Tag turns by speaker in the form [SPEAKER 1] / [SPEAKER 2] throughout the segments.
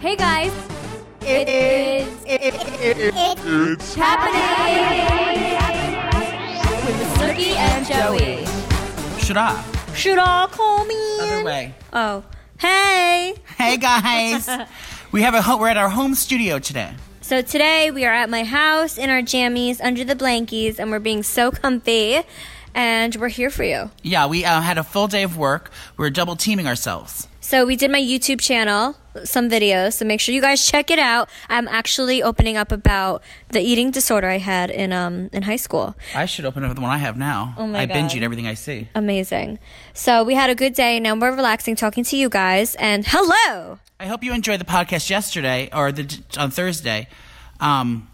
[SPEAKER 1] Hey guys,
[SPEAKER 2] It
[SPEAKER 1] is-
[SPEAKER 2] It's
[SPEAKER 1] happening with the Snooki and Joey.
[SPEAKER 3] Should I?
[SPEAKER 1] Should I call me?
[SPEAKER 3] Other
[SPEAKER 1] in?
[SPEAKER 3] way.
[SPEAKER 1] Oh, hey.
[SPEAKER 3] Hey guys, we have a ho- we're at our home studio today.
[SPEAKER 1] So today we are at my house in our jammies under the blankies, and we're being so comfy, and we're here for you.
[SPEAKER 3] Yeah, we uh, had a full day of work. We're double teaming ourselves.
[SPEAKER 1] So we did my YouTube channel, some videos, so make sure you guys check it out. I'm actually opening up about the eating disorder I had in um in high school.
[SPEAKER 3] I should open up the one I have now.
[SPEAKER 1] Oh my
[SPEAKER 3] I binge
[SPEAKER 1] God.
[SPEAKER 3] eat everything I see.
[SPEAKER 1] Amazing. So we had a good day. Now we're relaxing, talking to you guys, and hello.
[SPEAKER 3] I hope you enjoyed the podcast yesterday or the on Thursday, um,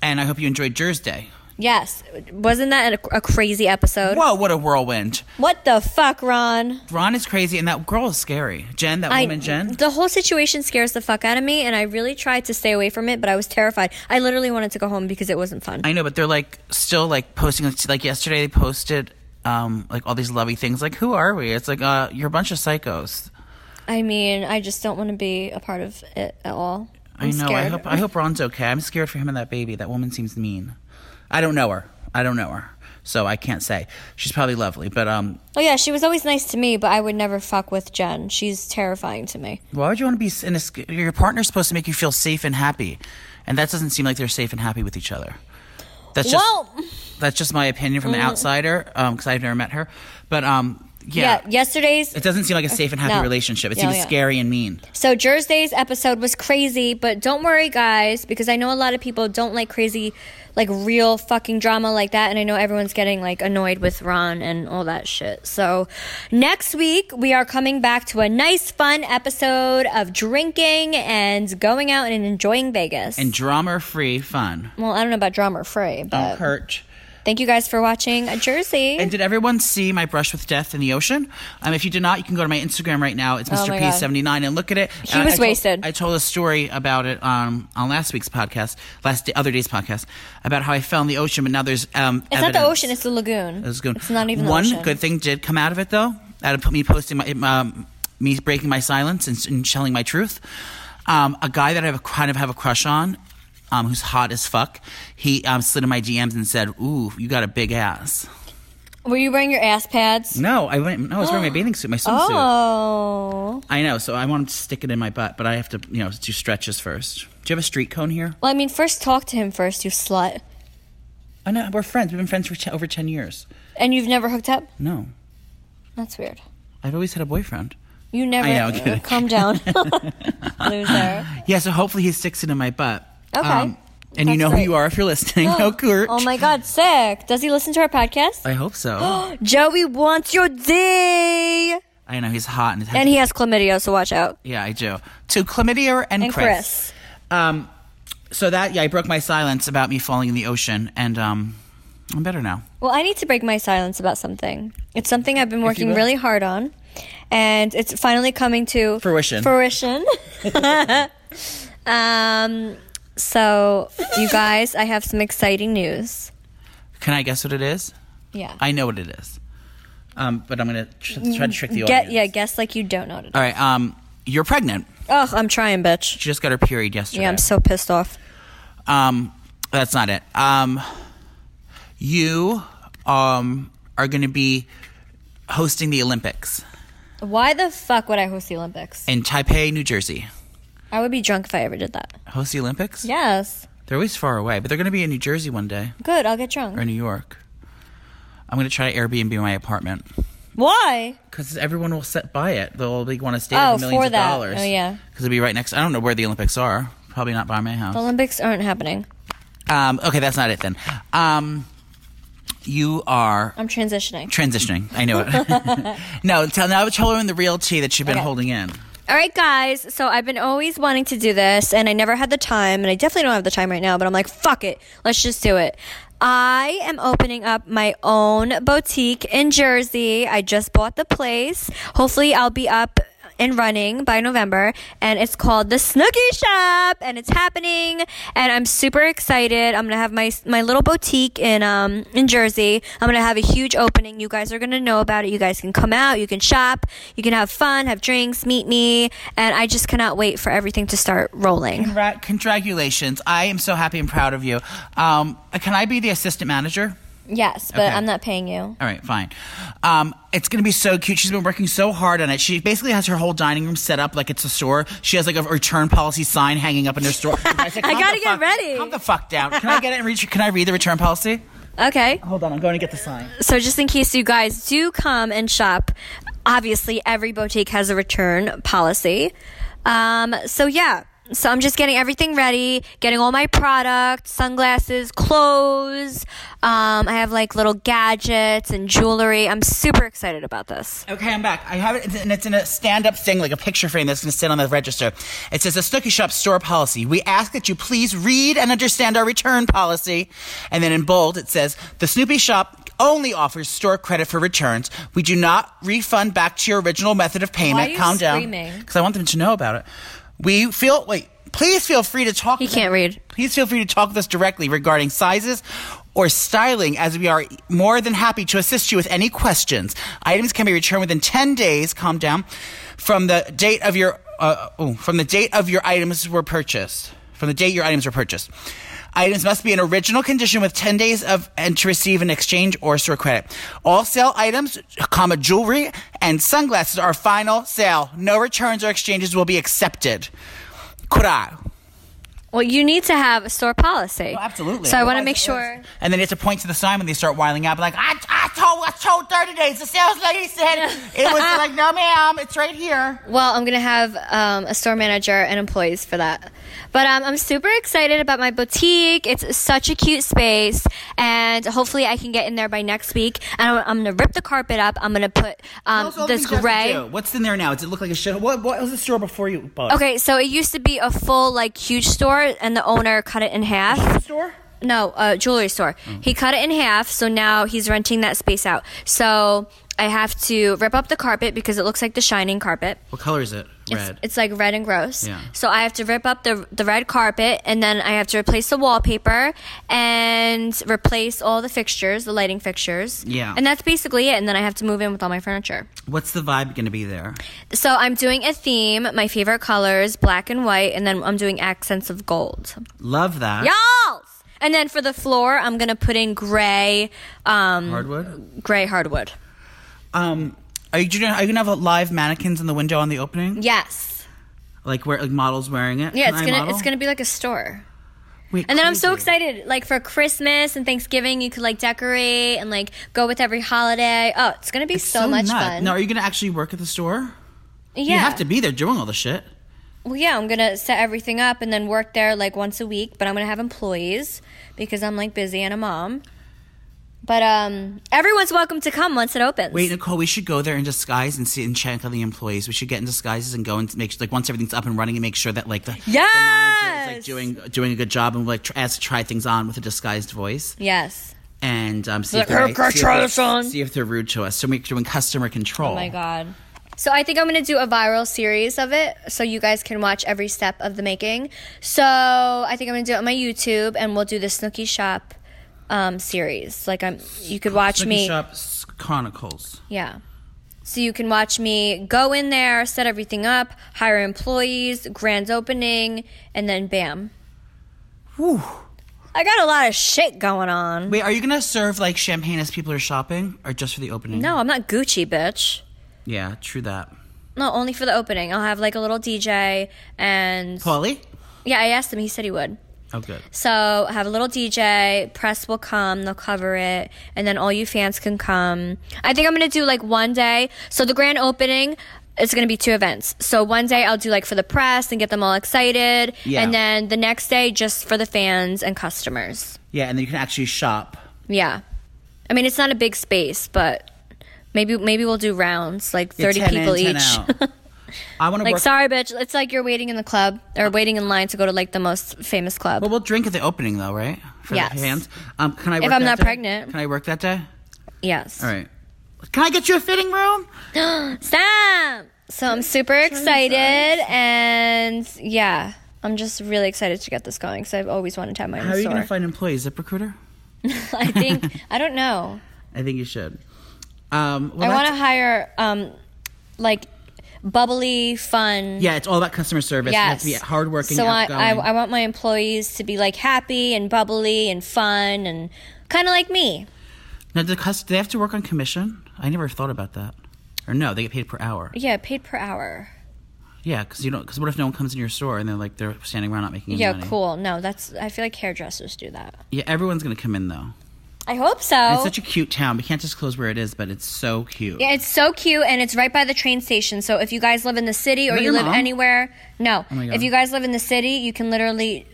[SPEAKER 3] and I hope you enjoyed Jersey.
[SPEAKER 1] Yes, wasn't that a, a crazy episode?
[SPEAKER 3] Whoa, what a whirlwind!
[SPEAKER 1] What the fuck, Ron?
[SPEAKER 3] Ron is crazy, and that girl is scary. Jen, that woman, Jen.
[SPEAKER 1] The whole situation scares the fuck out of me, and I really tried to stay away from it, but I was terrified. I literally wanted to go home because it wasn't fun.
[SPEAKER 3] I know, but they're like still like posting like, like yesterday they posted um like all these lovey things like who are we? It's like uh you're a bunch of psychos.
[SPEAKER 1] I, mean, I just don't want to be a part of it at all.
[SPEAKER 3] i
[SPEAKER 1] I'm
[SPEAKER 3] know. I
[SPEAKER 1] scared.
[SPEAKER 3] hope I hope Ron's okay. I'm scared for him and that baby. That woman seems mean. I don't know her. I don't know her. So I can't say. She's probably lovely, but um
[SPEAKER 1] Oh yeah, she was always nice to me, but I would never fuck with Jen. She's terrifying to me.
[SPEAKER 3] why would you want to be s- in a sc- your partner's supposed to make you feel safe and happy. And that doesn't seem like they're safe and happy with each other. That's just
[SPEAKER 1] well, Mm-hmm.
[SPEAKER 3] that's just my opinion from an outsider um cuz I've never met her. But um yeah.
[SPEAKER 1] yeah. Yesterday's
[SPEAKER 3] It doesn't seem like a safe and happy
[SPEAKER 1] No.
[SPEAKER 3] relationship. It
[SPEAKER 1] Yeah,
[SPEAKER 3] seems
[SPEAKER 1] yeah.
[SPEAKER 3] scary and mean.
[SPEAKER 1] So Thursday's episode was crazy, but don't worry, guys, because I know a lot of people don't like crazy, like real fucking drama like that, and I know everyone's getting like annoyed with Ron and all that shit. So next week we are coming back to a nice, fun episode of drinking and going out and enjoying Vegas.
[SPEAKER 3] and drama free fun.
[SPEAKER 1] well, I don't know about drama or fray,
[SPEAKER 3] Don't
[SPEAKER 1] but
[SPEAKER 3] hurt.
[SPEAKER 1] thank you guys for watching uh, Jersey.
[SPEAKER 3] And did everyone see my brush with death in the ocean? Um, if you did not, you can go to my Instagram right now. It's
[SPEAKER 1] Oh
[SPEAKER 3] Mr.
[SPEAKER 1] my God.
[SPEAKER 3] P79 and look at it.
[SPEAKER 1] He
[SPEAKER 3] Uh, I
[SPEAKER 1] was
[SPEAKER 3] told-
[SPEAKER 1] wasted.
[SPEAKER 3] I told a story about it um, on last week's podcast, last day, other day's podcast, about how I fell in the ocean, but now there's um,
[SPEAKER 1] it's not the ocean; it's the lagoon.
[SPEAKER 3] It's good.
[SPEAKER 1] It's not even the
[SPEAKER 3] one
[SPEAKER 1] ocean.
[SPEAKER 3] good thing did come out of it though. Out of me posting my um, me breaking my silence and, and telling my truth. Um, a guy that I have a, kind of have a crush on, um, who's hot as fuck. He um, slid in my DMs and said, "Ooh, you got a big ass."
[SPEAKER 1] Were you wearing your ass pads?
[SPEAKER 3] No, I went. No, I was wearing my bathing suit, my swimsuit.
[SPEAKER 1] Oh.
[SPEAKER 3] I know. So I want to stick it in my butt, but I have to, you know, do stretches first. Do you have a street cone here?
[SPEAKER 1] Well, I mean, first talk to him first, you slut.
[SPEAKER 3] I know we're friends. We've been friends for t- over ten years.
[SPEAKER 1] And you've never hooked up?
[SPEAKER 3] No,
[SPEAKER 1] That's weird.
[SPEAKER 3] I've always had a boyfriend.
[SPEAKER 1] You never.
[SPEAKER 3] know, I'm
[SPEAKER 1] uh,
[SPEAKER 3] kidding.
[SPEAKER 1] calm down, loser.
[SPEAKER 3] Yeah, so hopefully he sticks it in my butt. Um,
[SPEAKER 1] Okay.
[SPEAKER 3] and you
[SPEAKER 1] That's
[SPEAKER 3] know who
[SPEAKER 1] great.
[SPEAKER 3] you are if you're listening. oh, Kurt.
[SPEAKER 1] Oh my God, sick. Does he listen to our podcast?
[SPEAKER 3] I hope so.
[SPEAKER 1] Joey wants your D,
[SPEAKER 3] I know he's hot and, his
[SPEAKER 1] and he has chlamydia, so watch out.
[SPEAKER 3] yeah, I do. To chlamydia and,
[SPEAKER 1] And Chris.
[SPEAKER 3] Um, so that yeah, I broke my silence about me falling in the ocean, and um, I'm better now.
[SPEAKER 1] Well, I need to break my silence about something. It's something I've been working
[SPEAKER 3] will.
[SPEAKER 1] really hard on, and it's finally coming to
[SPEAKER 3] Fruition.
[SPEAKER 1] Fruition. um. So, you guys, I have some exciting news.
[SPEAKER 3] Can I guess what it is?
[SPEAKER 1] Yeah.
[SPEAKER 3] I know what it is. Um, but I'm gonna tr- try to trick the
[SPEAKER 1] Get
[SPEAKER 3] audience.
[SPEAKER 1] yeah, guess like you don't know. What it is.
[SPEAKER 3] All right. Um, you're pregnant.
[SPEAKER 1] Ugh, I'm trying, bitch.
[SPEAKER 3] She just got her period yesterday.
[SPEAKER 1] Yeah, I'm so pissed off.
[SPEAKER 3] Um, that's not it. Um, you um are going to be hosting the Olympics
[SPEAKER 1] Why the fuck would I host the Olympics?
[SPEAKER 3] in Taipei, New Jersey.
[SPEAKER 1] I would be drunk if I ever did that.
[SPEAKER 3] Host the Olympics?
[SPEAKER 1] Yes.
[SPEAKER 3] They're always far away, but they're going to be in New Jersey one day
[SPEAKER 1] Good, I'll get
[SPEAKER 3] or
[SPEAKER 1] drunk.
[SPEAKER 3] New York. I'm going to try to Airbnb my apartment
[SPEAKER 1] Why?
[SPEAKER 3] because everyone will set by it. They'll be want to stay
[SPEAKER 1] Oh,
[SPEAKER 3] there for millions
[SPEAKER 1] for
[SPEAKER 3] of
[SPEAKER 1] that.
[SPEAKER 3] dollars.
[SPEAKER 1] Oh, yeah.
[SPEAKER 3] because it'll be right next. I don't know where the Olympics are. Probably not by my house.
[SPEAKER 1] The Olympics aren't happening.
[SPEAKER 3] Um, okay, that's not it then. Um, you are
[SPEAKER 1] I'm transitioning.
[SPEAKER 3] transitioning. I know it. no, tell now tell her in the real tea that you've been
[SPEAKER 1] Okay.
[SPEAKER 3] holding in.
[SPEAKER 1] All right, guys. So I've been always wanting to do this, and I never had the time, and I definitely don't have the time right now, but I'm like, fuck it. Let's just do it. I am opening up my own boutique in Jersey. I just bought the place. Hopefully, I'll be up and running by November, and it's called the Snooky Shop, and it's happening, and I'm super excited. I'm gonna have my my little boutique in um in Jersey. I'm gonna have a huge opening. You guys are gonna know about it. You guys can come out, you can shop, you can have fun, have drinks, meet me, and I just cannot wait for everything to start rolling.
[SPEAKER 3] Congra- Congratulations. I am so happy and proud of you. Um, can I be the assistant manager?
[SPEAKER 1] Yes, but
[SPEAKER 3] Okay.
[SPEAKER 1] I'm not paying you.
[SPEAKER 3] All right, fine. Um, it's going to be so cute. She's been working so hard on it. She basically has her whole dining room set up like it's a store. She has like a return policy sign hanging up in her store. I, said, "Calm
[SPEAKER 1] gotta
[SPEAKER 3] the
[SPEAKER 1] get
[SPEAKER 3] fuck-
[SPEAKER 1] ready."
[SPEAKER 3] Calm the fuck down. Can I get it and read? Can I read the return policy?
[SPEAKER 1] Okay.
[SPEAKER 3] Hold on, I'm going to get the sign.
[SPEAKER 1] So just in case you guys do come and shop, obviously every boutique has a return policy. Um, so yeah, so I'm just getting everything ready, getting all my products, sunglasses, clothes. Um, I have like little gadgets and jewelry. I'm super excited about this.
[SPEAKER 3] Okay, I'm back. I have it, and it's in a stand-up thing, like a picture frame that's going to sit on the register. It says, "The Snooky Shop store policy. We ask that you please read and understand our return policy." And then in bold, it says, "The Snoopy Shop only offers store credit for returns. We do not refund back to your original method of payment."
[SPEAKER 1] are you
[SPEAKER 3] Calm down,
[SPEAKER 1] screaming?
[SPEAKER 3] because I want them to know about it. We feel wait. Please feel free to talk.
[SPEAKER 1] He
[SPEAKER 3] with-
[SPEAKER 1] can't read.
[SPEAKER 3] Please feel free to talk with us directly regarding sizes or styling, as we are more than happy to assist you with any questions. Items can be returned within 10 days, calm down, from the date of your, uh, oh, from the date of your items were purchased. From the date your items were purchased. Items must be in original condition with 10 days of, and to receive an exchange or store credit. All sale items, comma, jewelry and sunglasses are final sale. No returns or exchanges will be accepted. Kura.
[SPEAKER 1] Well, you need to have a store policy.
[SPEAKER 3] Oh, absolutely.
[SPEAKER 1] So I want to
[SPEAKER 3] Otherwise
[SPEAKER 1] make
[SPEAKER 3] it
[SPEAKER 1] sure.
[SPEAKER 3] is- And then you have to point to the sign when they start whiling out, like I, I told, I told thirty days. The sales lady said it was like, no, ma'am, it's right here.
[SPEAKER 1] Well, I'm gonna have um, a store manager and employees for that. But um, I'm super excited about my boutique. It's such a cute space, and hopefully I can get in there by next week. And I'm, I'm gonna rip the carpet up. I'm gonna put um,
[SPEAKER 3] Those are all the
[SPEAKER 1] this
[SPEAKER 3] things you have to
[SPEAKER 1] gray.
[SPEAKER 3] do. What's in there now? Does it look like a shit? What, what was the store before you bought? it?
[SPEAKER 1] Okay, so it used to be a full like huge store, and the owner cut it in half.
[SPEAKER 3] Store.
[SPEAKER 1] No, uh, jewelry store. He cut it in half, so now he's renting that space out. So I have to rip up the carpet because it looks like the shining carpet.
[SPEAKER 3] What color is it?
[SPEAKER 1] It's- It's, like red and gross.
[SPEAKER 3] Yeah.
[SPEAKER 1] So I have to rip up the the red carpet, and then I have to replace the wallpaper and replace all the fixtures, the lighting fixtures.
[SPEAKER 3] Yeah.
[SPEAKER 1] And that's basically it. And then I have to move in with all my furniture.
[SPEAKER 3] What's the vibe going to be there?
[SPEAKER 1] So I'm doing a theme. My favorite colors, black and white, and then I'm doing accents of gold.
[SPEAKER 3] Love that.
[SPEAKER 1] Y'all. And then for the floor, I'm gonna put in gray, um,
[SPEAKER 3] Hardwood.
[SPEAKER 1] gray hardwood.
[SPEAKER 3] Um, are you, do you know- are you gonna have live mannequins in the window on the opening?
[SPEAKER 1] Yes.
[SPEAKER 3] Like where like models wearing it?
[SPEAKER 1] Yeah,
[SPEAKER 3] Can
[SPEAKER 1] it's
[SPEAKER 3] I
[SPEAKER 1] gonna
[SPEAKER 3] model?
[SPEAKER 1] it's gonna be like a store.
[SPEAKER 3] Wait,
[SPEAKER 1] And then I'm so
[SPEAKER 3] crazy.
[SPEAKER 1] excited. Like for Christmas and Thanksgiving, you could like decorate and like go with every holiday. Oh, it's gonna be so, much
[SPEAKER 3] nuts.
[SPEAKER 1] fun.
[SPEAKER 3] Now, are you gonna actually work at the store?
[SPEAKER 1] yeah.
[SPEAKER 3] You have to be there doing all the shit.
[SPEAKER 1] Well, yeah, I'm gonna set everything up and then work there like once a week. But I'm gonna have employees because I'm like busy and a mom. But um, everyone's welcome to come once it opens.
[SPEAKER 3] Wait, Nicole, we should go there in disguise and see and check on the employees. We should get in disguises and go and make sure, like, once everything's up and running, and make sure that like the
[SPEAKER 1] yes.
[SPEAKER 3] like doing doing a good job and like tr- ask to try things on with a disguised voice
[SPEAKER 1] Yes.
[SPEAKER 3] and um see if
[SPEAKER 1] Like,
[SPEAKER 3] they're
[SPEAKER 1] "Hey, can I
[SPEAKER 3] see if
[SPEAKER 1] try
[SPEAKER 3] they're-
[SPEAKER 1] this on?"
[SPEAKER 3] see if they're rude to us. So we're doing customer control.
[SPEAKER 1] Oh my god. So I think I'm gonna do a viral series of it, so you guys can watch every step of the making. So I think I'm gonna do it on my YouTube, and we'll do the Snooky Shop um, series. Like I'm, you could watch
[SPEAKER 3] Snooki
[SPEAKER 1] me,
[SPEAKER 3] Shop S- Chronicles.
[SPEAKER 1] yeah. So you can watch me go in there, set everything up, hire employees, grand opening, and then bam.
[SPEAKER 3] Whew.
[SPEAKER 1] I got a lot of shit going on.
[SPEAKER 3] Wait, are you gonna serve like champagne as people are shopping, or just for the opening?
[SPEAKER 1] No, I'm not Gucci, bitch.
[SPEAKER 3] Yeah, true that.
[SPEAKER 1] No, only for the opening. I'll have like a little DJ, and
[SPEAKER 3] Polly.
[SPEAKER 1] yeah, I asked him. He said he would.
[SPEAKER 3] Oh, good.
[SPEAKER 1] So have a little DJ. Press will come. They'll cover it, and then all you fans can come. I think I'm gonna do like one day. So the grand opening. It's gonna be two events. So one day I'll do like for the press and get them all excited,
[SPEAKER 3] Yeah.
[SPEAKER 1] and then the next day just for the fans and customers.
[SPEAKER 3] Yeah, and then you can actually shop.
[SPEAKER 1] Yeah, I mean it's not a big space, but maybe maybe we'll do rounds like
[SPEAKER 3] Yeah,
[SPEAKER 1] thirty
[SPEAKER 3] 10 in,
[SPEAKER 1] people
[SPEAKER 3] 10
[SPEAKER 1] each.
[SPEAKER 3] out. I want to
[SPEAKER 1] like
[SPEAKER 3] work.
[SPEAKER 1] sorry, bitch, it's like you're waiting in the club or waiting in line to go to like the most famous club.
[SPEAKER 3] Well, we'll drink at the opening, though, right? For
[SPEAKER 1] Yes.
[SPEAKER 3] the hands. Um, can I? Work
[SPEAKER 1] I'm
[SPEAKER 3] that
[SPEAKER 1] not
[SPEAKER 3] day?
[SPEAKER 1] pregnant.
[SPEAKER 3] Can I work that day?
[SPEAKER 1] yes.
[SPEAKER 3] All right. Can I get you a fitting room?
[SPEAKER 1] Sam! So I'm super excited, and yeah, I'm just really excited to get this going because I've always wanted to have my own
[SPEAKER 3] How are you
[SPEAKER 1] store.
[SPEAKER 3] going to find employees? ZipRecruiter?
[SPEAKER 1] I think I don't know.
[SPEAKER 3] I think you should. Um, well,
[SPEAKER 1] I want to
[SPEAKER 3] that's-
[SPEAKER 1] hire um, like bubbly, fun.
[SPEAKER 3] Yeah, it's all about customer service. You have to be hardworking.
[SPEAKER 1] So I, I,
[SPEAKER 3] outgoing.
[SPEAKER 1] I want my employees to be like happy and bubbly and fun and kind of like me.
[SPEAKER 3] Now, do, the cus- do they have to work on commission? I never thought about that. Or no, they get paid per hour.
[SPEAKER 1] Yeah, paid per hour.
[SPEAKER 3] Yeah, because you don't. Because what if no one comes in your store and they're like they're standing around not making any
[SPEAKER 1] Yeah,
[SPEAKER 3] money?
[SPEAKER 1] cool. No, that's I feel like hairdressers do that.
[SPEAKER 3] Yeah, everyone's gonna come in though.
[SPEAKER 1] I hope so.
[SPEAKER 3] And It's such a cute town. We can't disclose where it is, but it's so cute.
[SPEAKER 1] Oh. Yeah, it's so cute, and it's right by the train station. So if you guys live in the city or
[SPEAKER 3] Not
[SPEAKER 1] you
[SPEAKER 3] your
[SPEAKER 1] live
[SPEAKER 3] mom? Oh
[SPEAKER 1] anywhere, no.
[SPEAKER 3] my God.
[SPEAKER 1] if you guys live in the city, you can literally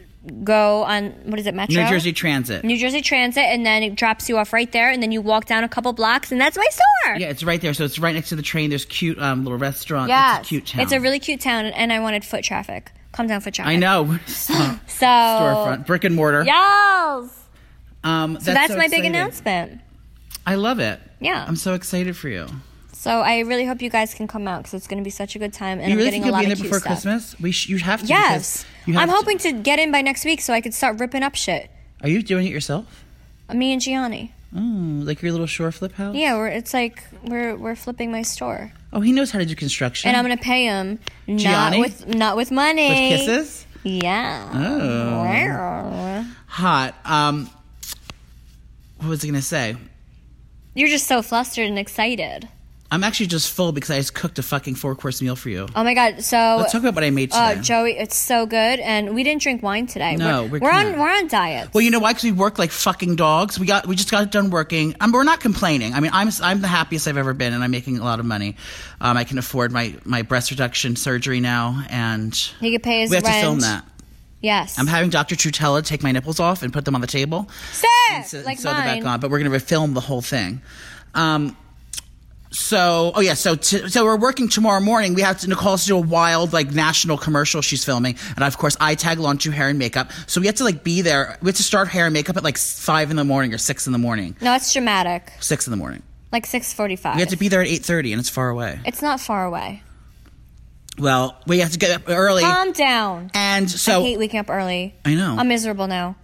[SPEAKER 1] go on what is it, Metro?
[SPEAKER 3] New Jersey Transit.
[SPEAKER 1] New Jersey Transit, and then it drops you off right there, and then you walk down a couple blocks, and that's my store.
[SPEAKER 3] yeah, it's right there. So it's right next to the train. There's cute um, little restaurant.
[SPEAKER 1] Yes.
[SPEAKER 3] It's a cute town.
[SPEAKER 1] It's a really cute town, and I wanted foot traffic. Come down, foot traffic.
[SPEAKER 3] I know. So,
[SPEAKER 1] So
[SPEAKER 3] storefront, brick and mortar.
[SPEAKER 1] Yes.
[SPEAKER 3] Um,
[SPEAKER 1] So that's,
[SPEAKER 3] so
[SPEAKER 1] my big
[SPEAKER 3] exciting.
[SPEAKER 1] announcement.
[SPEAKER 3] I love it.
[SPEAKER 1] Yeah.
[SPEAKER 3] I'm so excited for you.
[SPEAKER 1] So I really hope you guys can come out because it's going to be such a good time, and
[SPEAKER 3] you
[SPEAKER 1] I'm
[SPEAKER 3] really
[SPEAKER 1] getting
[SPEAKER 3] think
[SPEAKER 1] a
[SPEAKER 3] you'll
[SPEAKER 1] lot
[SPEAKER 3] be in
[SPEAKER 1] of
[SPEAKER 3] there
[SPEAKER 1] cute
[SPEAKER 3] before
[SPEAKER 1] stuff.
[SPEAKER 3] Christmas? We sh- you have to. because
[SPEAKER 1] Yes.
[SPEAKER 3] You have
[SPEAKER 1] I'm
[SPEAKER 3] to-
[SPEAKER 1] hoping to get in by next week so I could start ripping up shit.
[SPEAKER 3] Are you doing it yourself?
[SPEAKER 1] Me and Gianni.
[SPEAKER 3] Oh, like your little shore flip house?
[SPEAKER 1] Yeah, we're, it's like we're we're flipping my store,
[SPEAKER 3] Oh, he knows how to do construction.
[SPEAKER 1] and I'm gonna pay him
[SPEAKER 3] Gianni?
[SPEAKER 1] not with not with money.
[SPEAKER 3] with kisses.
[SPEAKER 1] Yeah.
[SPEAKER 3] Oh.
[SPEAKER 1] Wow.
[SPEAKER 3] Hot. Um, what was I gonna say?
[SPEAKER 1] You're just so flustered and excited.
[SPEAKER 3] I'm actually just full because I just cooked a fucking four course meal for you.
[SPEAKER 1] Oh my god. So.
[SPEAKER 3] Let's talk about what I made today.
[SPEAKER 1] uh, Joey, it's so good, and we didn't drink wine today.
[SPEAKER 3] No,
[SPEAKER 1] we're,
[SPEAKER 3] we
[SPEAKER 1] we're on
[SPEAKER 3] can't.
[SPEAKER 1] we're on diet.
[SPEAKER 3] well, you know why? Because we work like fucking dogs. We got we just got done working. Um, we're not complaining. I mean, I'm I'm the happiest I've ever been, and I'm making a lot of money. Um, I can afford my my breast reduction surgery now, and
[SPEAKER 1] He could pay his
[SPEAKER 3] we have
[SPEAKER 1] rent.
[SPEAKER 3] to film that.
[SPEAKER 1] Yes,
[SPEAKER 3] I'm having Dr. Trutella take my nipples off and put them on the table.
[SPEAKER 1] Sit!
[SPEAKER 3] and so,
[SPEAKER 1] like
[SPEAKER 3] sew them
[SPEAKER 1] mine.
[SPEAKER 3] back on. But we're going to film the whole thing. Um, so, oh yeah, so t- so we're working tomorrow morning. We have to Nicole has to do a wild like national commercial she's filming, and of course I tag along to hair and makeup. So we have to like be there. We have to start hair and makeup at like five in the morning or six in the morning,
[SPEAKER 1] No, it's dramatic.
[SPEAKER 3] six in the morning.
[SPEAKER 1] Like six forty-five.
[SPEAKER 3] We have to be there at eight thirty, and it's far away.
[SPEAKER 1] it's not far away.
[SPEAKER 3] Well, we have to get up early,
[SPEAKER 1] Calm down.
[SPEAKER 3] and
[SPEAKER 1] Um, I
[SPEAKER 3] so
[SPEAKER 1] hate waking up early.
[SPEAKER 3] I know.
[SPEAKER 1] I'm miserable now.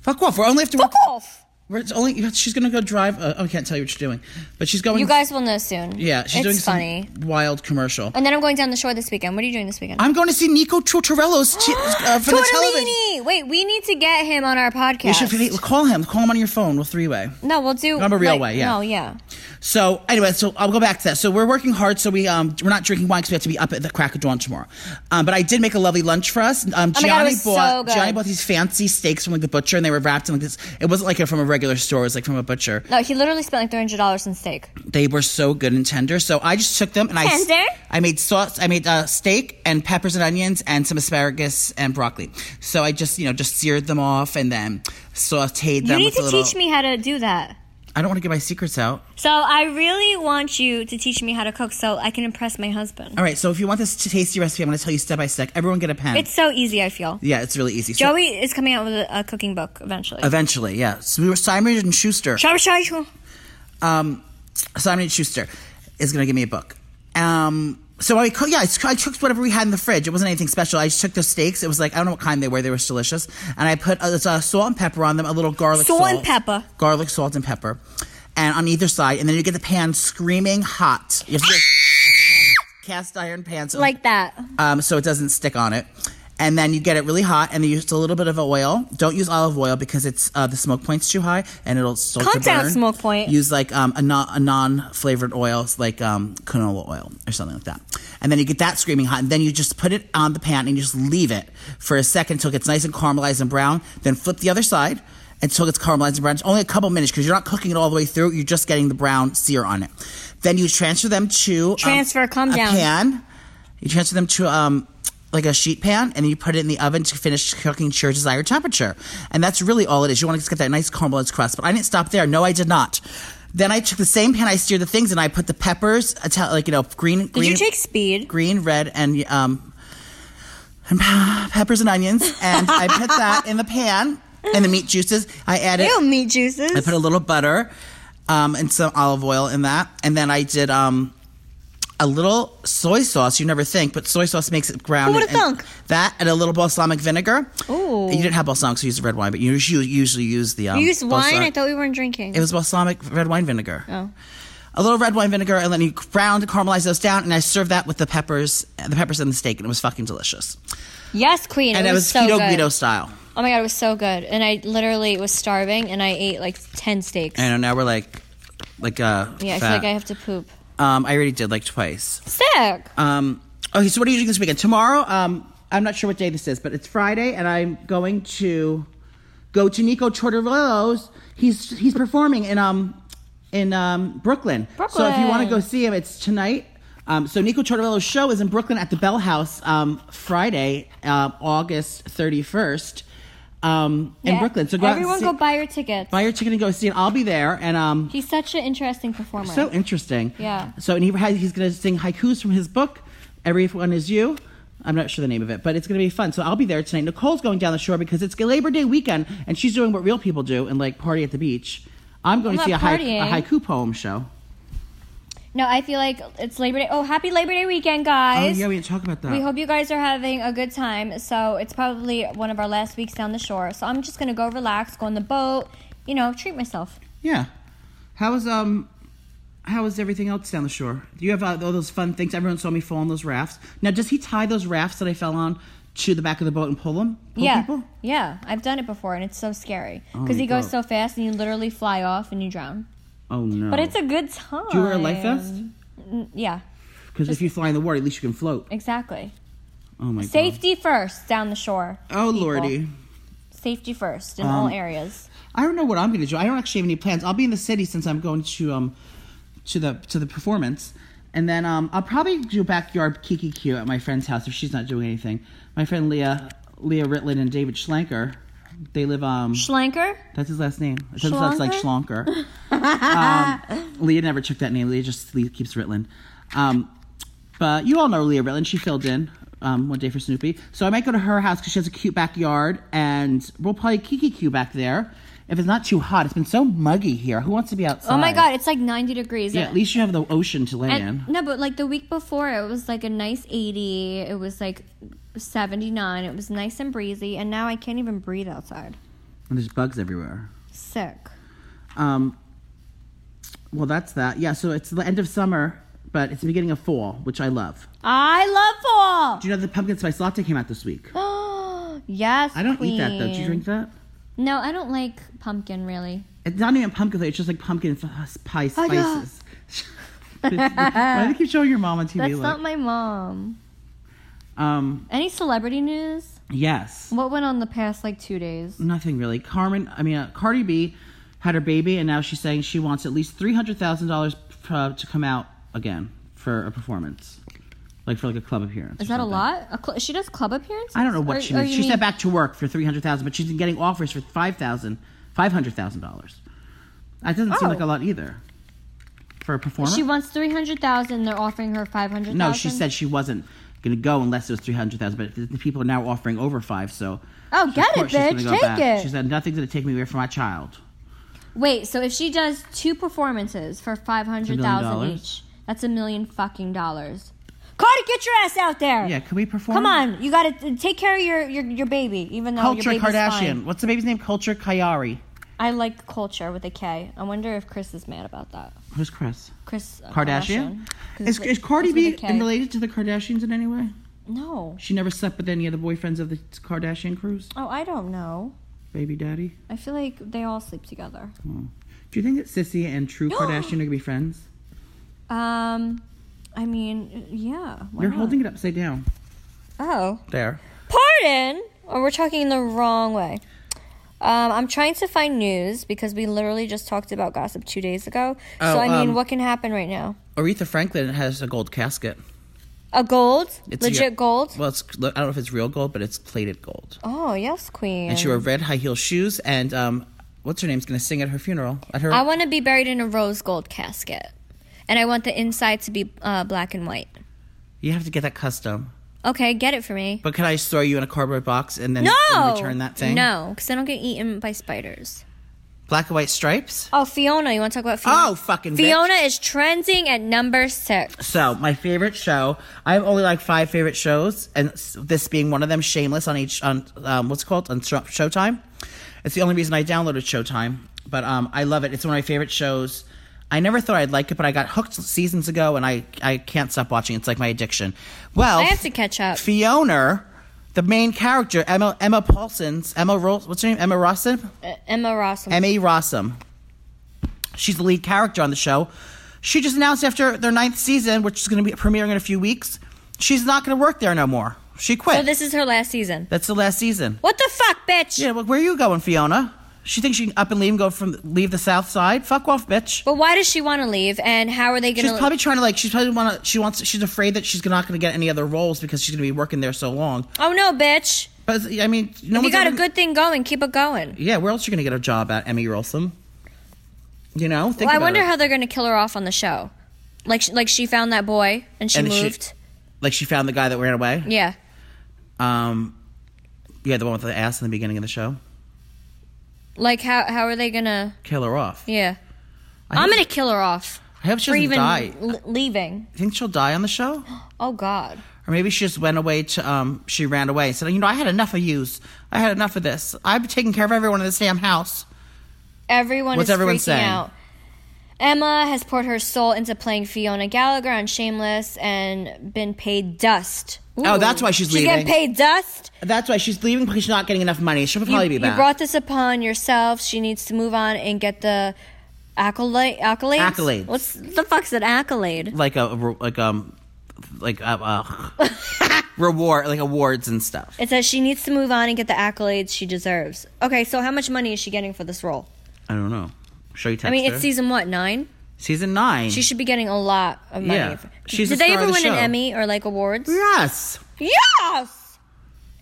[SPEAKER 3] fuck off. We only have to work.
[SPEAKER 1] Fuck off.
[SPEAKER 3] We're, it's only she's gonna go drive. Uh, oh, I can't tell you what she's doing, but she's going.
[SPEAKER 1] You guys will know soon.
[SPEAKER 3] yeah, she's
[SPEAKER 1] it's
[SPEAKER 3] doing some
[SPEAKER 1] funny.
[SPEAKER 3] wild commercial.
[SPEAKER 1] and then I'm going down the shore this weekend. What are you doing this weekend?
[SPEAKER 3] I'm going to see Nico Tortorello's t- uh, for the television.
[SPEAKER 1] Tortellini! Wait, we need to get him on our podcast.
[SPEAKER 3] You should hey, call him. Call him on your phone. We'll three way.
[SPEAKER 1] no, we'll do.
[SPEAKER 3] I'm a real
[SPEAKER 1] like-
[SPEAKER 3] way, yeah.
[SPEAKER 1] No, yeah.
[SPEAKER 3] So anyway, so I'll go back to that. So we're working hard. So we um we're not drinking wine because we have to be up at the crack of dawn tomorrow. Um, but I did make a lovely lunch for us. Um,
[SPEAKER 1] Oh my God, it
[SPEAKER 3] Gianni
[SPEAKER 1] was so
[SPEAKER 3] bought
[SPEAKER 1] good.
[SPEAKER 3] Gianni bought these fancy steaks from like the butcher, and they were wrapped in like this. It wasn't like from a regular store. It was like from a butcher.
[SPEAKER 1] No, he literally spent like three hundred dollars on steak.
[SPEAKER 3] They were so good and tender. So I just took them and I s-
[SPEAKER 1] Tender?
[SPEAKER 3] I made sauce. I made uh, steak and peppers and onions and some asparagus and broccoli. So I just you know just seared them off and then sautéed
[SPEAKER 1] You
[SPEAKER 3] them.
[SPEAKER 1] need
[SPEAKER 3] with
[SPEAKER 1] to
[SPEAKER 3] a little,
[SPEAKER 1] teach me how to do that.
[SPEAKER 3] I don't want to get my secrets out.
[SPEAKER 1] So I really want you to teach me how to cook so I can impress my husband.
[SPEAKER 3] All right. So if you want this t- tasty recipe, I'm going to tell you step by step. Everyone get a pen.
[SPEAKER 1] It's so easy. I feel
[SPEAKER 3] yeah, it's really easy. So
[SPEAKER 1] Joey is coming out with a, a cooking book eventually.
[SPEAKER 3] eventually, yeah. So we were Simon and Schuster.
[SPEAKER 1] Shall- shall- shall-
[SPEAKER 3] um, Simon and Schuster is going to give me a book. Um, so I cooked, yeah, I, I cooked whatever we had in the fridge. It wasn't anything special. I just took the steaks. It was like I don't know what kind they were. They were still delicious, and I put uh, uh, salt and pepper on them, a little garlic
[SPEAKER 1] Salt and
[SPEAKER 3] salt,
[SPEAKER 1] pepper.
[SPEAKER 3] garlic salt and pepper, and on either side, and then you get the pan screaming hot. You have to do a cast iron pan, so-
[SPEAKER 1] Like that.
[SPEAKER 3] um, so it doesn't stick on it. And then you get it really hot, and then you use a little bit of oil. Don't use olive oil because it's uh, the smoke point's too high, and it'll start
[SPEAKER 1] Calm
[SPEAKER 3] to
[SPEAKER 1] down,
[SPEAKER 3] burn.
[SPEAKER 1] smoke point.
[SPEAKER 3] Use like um, a, non- a non-flavored oil, it's like um, canola oil or something like that. And then you get that screaming hot, and then you just put it on the pan and you just leave it for a second until it gets nice and caramelized and brown. Then flip the other side until it's caramelized and brown. It's only a couple minutes because you're not cooking it all the way through. You're just getting the brown sear on it. Then you transfer them to um,
[SPEAKER 1] Transfer, calm
[SPEAKER 3] a
[SPEAKER 1] down.
[SPEAKER 3] pan. You transfer them to um like a sheet pan, and you put it in the oven to finish cooking to your desired temperature. And that's really all it is. You want to just get that nice caramelized crust. But I didn't stop there. No, I did not. Then I took the same pan I seared the things, and I put the peppers, Ital- like you know, green.
[SPEAKER 1] Did
[SPEAKER 3] green,
[SPEAKER 1] you take speed?
[SPEAKER 3] green, red, and um, and pe- peppers and onions? And I put that in the pan and the meat juices. I added.
[SPEAKER 1] Ew, meat
[SPEAKER 3] I
[SPEAKER 1] juices.
[SPEAKER 3] put a little butter um, and some olive oil in that, and then I did um, a little soy sauce. You never think, but soy sauce makes it ground.
[SPEAKER 1] would've thunk?
[SPEAKER 3] That and a little balsamic vinegar.
[SPEAKER 1] Ooh.
[SPEAKER 3] You didn't have balsamic, so you used red wine, but you usually, usually use the. Um,
[SPEAKER 1] You used wine?
[SPEAKER 3] balsam-
[SPEAKER 1] I thought we weren't drinking.
[SPEAKER 3] it was balsamic red wine vinegar.
[SPEAKER 1] Oh.
[SPEAKER 3] A little red wine vinegar, and then you browned, caramelize those down, and I served that with the peppers, the peppers and the steak, and it was fucking delicious.
[SPEAKER 1] yes, Queen.
[SPEAKER 3] and
[SPEAKER 1] it
[SPEAKER 3] it
[SPEAKER 1] was,
[SPEAKER 3] was
[SPEAKER 1] so
[SPEAKER 3] keto
[SPEAKER 1] good.
[SPEAKER 3] guido style.
[SPEAKER 1] Oh my god, it was so good. And I literally was starving and I ate like 10 steaks.
[SPEAKER 3] And now we're like, like uh,
[SPEAKER 1] yeah, I feel
[SPEAKER 3] fat.
[SPEAKER 1] like I have to poop.
[SPEAKER 3] Um, I already did like twice.
[SPEAKER 1] Sick.
[SPEAKER 3] Um, okay, so what are you doing this weekend? Tomorrow, um, I'm not sure what day this is, but it's Friday, and I'm going to go to Nico Tortorello's. He's he's performing in um in um Brooklyn. So if you want to go see him, it's tonight. Um, so Nico Tortorello's show is in Brooklyn at the Bell House um, Friday, uh, August 31st. Um, in
[SPEAKER 1] Yeah.
[SPEAKER 3] Brooklyn, so go out and
[SPEAKER 1] Everyone
[SPEAKER 3] see-
[SPEAKER 1] go buy your tickets.
[SPEAKER 3] buy your ticket and go see it. I'll be there, and um,
[SPEAKER 1] He's such an interesting performer.
[SPEAKER 3] so interesting.
[SPEAKER 1] Yeah.
[SPEAKER 3] So and he has, he's going to sing haikus from his book, Everyone Is You. I'm not sure the name of it, but it's going to be fun. So I'll be there tonight. Nicole's going down the shore because it's Labor Day weekend, and she's doing what real people do and like party at the beach. I'm going
[SPEAKER 1] I'm
[SPEAKER 3] to see a,
[SPEAKER 1] not
[SPEAKER 3] haiku,
[SPEAKER 1] partying.
[SPEAKER 3] a haiku poem show.
[SPEAKER 1] no, I feel like it's Labor Day. Oh, happy Labor Day weekend, guys.
[SPEAKER 3] oh yeah, we didn't talk about that.
[SPEAKER 1] We hope you guys are having a good time. So it's probably one of our last weeks down the shore. So I'm just gonna go relax, go on the boat, you know, treat myself.
[SPEAKER 3] yeah. How is um. How is everything else down the shore? Do you have uh, all those fun things? Everyone saw me fall on those rafts. Now, does he tie those rafts that I fell on to the back of the boat and pull them? Pull
[SPEAKER 1] yeah,
[SPEAKER 3] people?
[SPEAKER 1] yeah. I've done it before, and it's so scary
[SPEAKER 3] Oh,
[SPEAKER 1] because
[SPEAKER 3] you
[SPEAKER 1] he goes
[SPEAKER 3] go.
[SPEAKER 1] so fast, and you literally fly off and you drown.
[SPEAKER 3] Oh no!
[SPEAKER 1] But it's a good time.
[SPEAKER 3] Do you wear a life vest?
[SPEAKER 1] N- Yeah,
[SPEAKER 3] Because if you fly in the water, at least you can float.
[SPEAKER 1] exactly.
[SPEAKER 3] Oh my
[SPEAKER 1] Safety first down the shore.
[SPEAKER 3] god. Oh
[SPEAKER 1] people.
[SPEAKER 3] lordy.
[SPEAKER 1] Safety first in
[SPEAKER 3] Um,
[SPEAKER 1] all areas.
[SPEAKER 3] I don't know what I'm gonna do. I don't actually have any plans. I'll be in the city since I'm going to um to the to the performance. And then um I'll probably do backyard Kiki Q at my friend's house if she's not doing anything. My friend Leah Leah Ritlin and David Schlanker. They live um
[SPEAKER 1] Schlanker.
[SPEAKER 3] that's his last name. It sounds that's like Schlanker. um, Leah never took that name. Leah just Leah keeps Ritlin. Um, but you all know Leah Ritlin. She filled in um, one day for Snoopy. So I might go to her house because she has a cute backyard, and we'll play Kiki Q back there. If it's not too hot, it's been so muggy here. Who wants to be outside?
[SPEAKER 1] Oh my god, it's like 90 degrees.
[SPEAKER 3] Yeah, at least you have the ocean to lay
[SPEAKER 1] And-
[SPEAKER 3] in.
[SPEAKER 1] no, but like the week before, it was like a nice 80. It was like 79. It was nice and breezy, and now I can't even breathe outside.
[SPEAKER 3] And there's bugs everywhere.
[SPEAKER 1] Sick.
[SPEAKER 3] Um, well, that's that. Yeah, so it's the end of summer, but it's the beginning of fall, which I love.
[SPEAKER 1] I love
[SPEAKER 3] Do you know the pumpkin spice latte came out this week?
[SPEAKER 1] fall. yes.
[SPEAKER 3] I don't eat that though. Do you
[SPEAKER 1] queen.
[SPEAKER 3] drink that?
[SPEAKER 1] No, I don't like pumpkin really.
[SPEAKER 3] It's not even pumpkin flavour. It's just like pumpkin f- uh, pie
[SPEAKER 1] Oh, yeah.
[SPEAKER 3] spices. Why do you keep showing your mom on TV?
[SPEAKER 1] That's
[SPEAKER 3] like,
[SPEAKER 1] not my mom.
[SPEAKER 3] um,
[SPEAKER 1] Any celebrity news?
[SPEAKER 3] yes,
[SPEAKER 1] What went on the past like two days?
[SPEAKER 3] nothing really. Carmen, I mean, uh, Cardi B had her baby, and now she's saying she wants at least three hundred thousand dollars uh, to come out again for a performance, like for like a club appearance.
[SPEAKER 1] Is
[SPEAKER 3] or
[SPEAKER 1] that a
[SPEAKER 3] something.
[SPEAKER 1] lot? A cl- she does club appearances.
[SPEAKER 3] I don't know what
[SPEAKER 1] Or-
[SPEAKER 3] she
[SPEAKER 1] or
[SPEAKER 3] needs.
[SPEAKER 1] you
[SPEAKER 3] She
[SPEAKER 1] mean-
[SPEAKER 3] sent back to work for three hundred thousand, but she's been getting offers for five thousand, five hundred thousand dollars. That doesn't seem
[SPEAKER 1] Oh.
[SPEAKER 3] like a lot either for a performer.
[SPEAKER 1] She wants three hundred thousand. They're offering her five hundred.
[SPEAKER 3] No, she said she wasn't going to go unless it was 300,000, but the- the people are now offering over 5, so
[SPEAKER 1] Oh,
[SPEAKER 3] of
[SPEAKER 1] get it,
[SPEAKER 3] course she's gonna
[SPEAKER 1] bitch.
[SPEAKER 3] go
[SPEAKER 1] Take
[SPEAKER 3] back.
[SPEAKER 1] it.
[SPEAKER 3] She said nothing's going to take me away from my child.
[SPEAKER 1] Wait, so if she does two performances for five hundred thousand
[SPEAKER 3] dollars.
[SPEAKER 1] each, that's a million fucking dollars. Cardi, get your ass out there.
[SPEAKER 3] Yeah, can we perform?
[SPEAKER 1] Come on, you gotta t- take care of your your, your baby, even though
[SPEAKER 3] Culture
[SPEAKER 1] your baby's
[SPEAKER 3] Kardashian.
[SPEAKER 1] Fine.
[SPEAKER 3] What's the baby's name? Culture Kayari.
[SPEAKER 1] I like culture with a K. I wonder if Chris is mad about that.
[SPEAKER 3] Who's Chris?
[SPEAKER 1] Chris uh,
[SPEAKER 3] Kardashian?
[SPEAKER 1] 'Cause
[SPEAKER 3] Is,
[SPEAKER 1] it's-
[SPEAKER 3] is Cardi
[SPEAKER 1] it's with
[SPEAKER 3] B
[SPEAKER 1] a K.
[SPEAKER 3] related to the Kardashians in any way?
[SPEAKER 1] No.
[SPEAKER 3] She never slept with any of the boyfriends of the Kardashian crews?
[SPEAKER 1] Oh, I don't know.
[SPEAKER 3] Baby daddy?
[SPEAKER 1] I feel like they all sleep together.
[SPEAKER 3] Hmm. Do you think that Sissy and True Kardashian are going to be friends?
[SPEAKER 1] Um, I mean, yeah. why
[SPEAKER 3] You're
[SPEAKER 1] not?
[SPEAKER 3] holding it upside down.
[SPEAKER 1] Oh.
[SPEAKER 3] There.
[SPEAKER 1] Pardon? Oh, we're talking in the wrong way. Um, I'm trying to find news because we literally just talked about gossip two days ago.
[SPEAKER 3] Oh,
[SPEAKER 1] so I mean,
[SPEAKER 3] um,
[SPEAKER 1] what can happen right now?
[SPEAKER 3] Aretha Franklin has a gold casket.
[SPEAKER 1] A gold,
[SPEAKER 3] It's
[SPEAKER 1] legit
[SPEAKER 3] your-
[SPEAKER 1] gold.
[SPEAKER 3] Well, it's, I don't know if it's real gold, but it's plated gold.
[SPEAKER 1] Oh yes, queen.
[SPEAKER 3] And she wore red high heel shoes. And um, what's her name's going to sing at her funeral? At her.
[SPEAKER 1] I want to be buried in a rose gold casket, and I want the inside to be uh, black and white.
[SPEAKER 3] you have to get that custom.
[SPEAKER 1] Okay, get it for me.
[SPEAKER 3] But can I store you in a cardboard box and then
[SPEAKER 1] no,
[SPEAKER 3] you return that thing?
[SPEAKER 1] No, because I don't get eaten by spiders.
[SPEAKER 3] Black and white stripes.
[SPEAKER 1] Oh, Fiona. You want to talk about Fiona?
[SPEAKER 3] Oh, fucking bitch.
[SPEAKER 1] Fiona is trending at number six.
[SPEAKER 3] So my favorite show. I have only like five favorite shows, and s- this being one of them. Shameless on each on um, what's it called on Sh- Showtime. It's the only reason I downloaded Showtime, but um, I love it. It's one of my favorite shows. I never thought I'd like it, but I got hooked seasons ago, and I I can't stop watching. It's like my addiction. Well,
[SPEAKER 1] I have to catch up.
[SPEAKER 3] Fiona, the main character, Emma Emma Paulson's Emma Ro- what's her name? Emma Rossum.
[SPEAKER 1] Uh, Emma Rossum.
[SPEAKER 3] Emmy Rossum. She's the lead character on the show. She just announced after their ninth season, which is going to be premiering in a few weeks, she's not going to work there no more. She quit.
[SPEAKER 1] so this is her last season.
[SPEAKER 3] That's the last season.
[SPEAKER 1] What the fuck, bitch?
[SPEAKER 3] Yeah, well, where are you going, Fiona? She thinks she can up and leave and go from leave the South Side. Fuck off, bitch.
[SPEAKER 1] But why does she want to leave? And how are they
[SPEAKER 3] She's
[SPEAKER 1] gonna?
[SPEAKER 3] probably trying to like. She's probably want to. She wants. She's afraid that she's not going to get any other roles because she's going to be working there so long.
[SPEAKER 1] oh no, bitch!
[SPEAKER 3] But I mean, no
[SPEAKER 1] You
[SPEAKER 3] one's
[SPEAKER 1] got a
[SPEAKER 3] ever-
[SPEAKER 1] good thing going. Keep it going.
[SPEAKER 3] Yeah, where else are you going to get a job at Emmy Rossum? You know, think
[SPEAKER 1] Well, I
[SPEAKER 3] about
[SPEAKER 1] wonder
[SPEAKER 3] it.
[SPEAKER 1] how they're gonna kill her off on the show. Like, she, like she found that boy and she
[SPEAKER 3] And she-
[SPEAKER 1] moved.
[SPEAKER 3] like she found the guy that ran away.
[SPEAKER 1] yeah.
[SPEAKER 3] Um, yeah, the one with the ass in the beginning of the show.
[SPEAKER 1] Like how how are they gonna?
[SPEAKER 3] Kill her off.
[SPEAKER 1] Yeah.
[SPEAKER 3] hope-
[SPEAKER 1] I'm gonna kill her off
[SPEAKER 3] I hope she
[SPEAKER 1] for
[SPEAKER 3] doesn't
[SPEAKER 1] even
[SPEAKER 3] die.
[SPEAKER 1] l- leaving.
[SPEAKER 3] I think she'll die on the show,
[SPEAKER 1] Oh God.
[SPEAKER 3] or maybe she just went away to. Um, she ran away. and Said, you know, I had enough of yous. I had enough of this. I've been taking care of everyone in this damn house.
[SPEAKER 1] Everyone
[SPEAKER 3] What's
[SPEAKER 1] is
[SPEAKER 3] everyone
[SPEAKER 1] freaking
[SPEAKER 3] saying?
[SPEAKER 1] out. Emma has poured her soul into playing Fiona Gallagher on Shameless and been paid dust.
[SPEAKER 3] Oh, that's why she's
[SPEAKER 1] She getting
[SPEAKER 3] leaving.
[SPEAKER 1] paid dust.
[SPEAKER 3] That's why she's leaving because she's not getting enough money. She'll probably
[SPEAKER 1] you,
[SPEAKER 3] be back.
[SPEAKER 1] you brought this upon yourself. She needs to move on and get the accolade. Accolades.
[SPEAKER 3] Accolades.
[SPEAKER 1] What's the fuck's an accolade?
[SPEAKER 3] like a re- like um like uh, uh reward like awards and stuff.
[SPEAKER 1] It says she needs to move on and get the accolades she deserves. Okay, so how much money is she getting for this role?
[SPEAKER 3] I don't know. Show you text
[SPEAKER 1] I mean,
[SPEAKER 3] her?
[SPEAKER 1] it's season what nine?
[SPEAKER 3] season nine.
[SPEAKER 1] She should be getting a lot of money.
[SPEAKER 3] Yeah. She's
[SPEAKER 1] Did
[SPEAKER 3] the
[SPEAKER 1] they
[SPEAKER 3] star
[SPEAKER 1] ever
[SPEAKER 3] of the
[SPEAKER 1] win an
[SPEAKER 3] show.
[SPEAKER 1] Emmy or like awards?
[SPEAKER 3] yes.
[SPEAKER 1] Yes!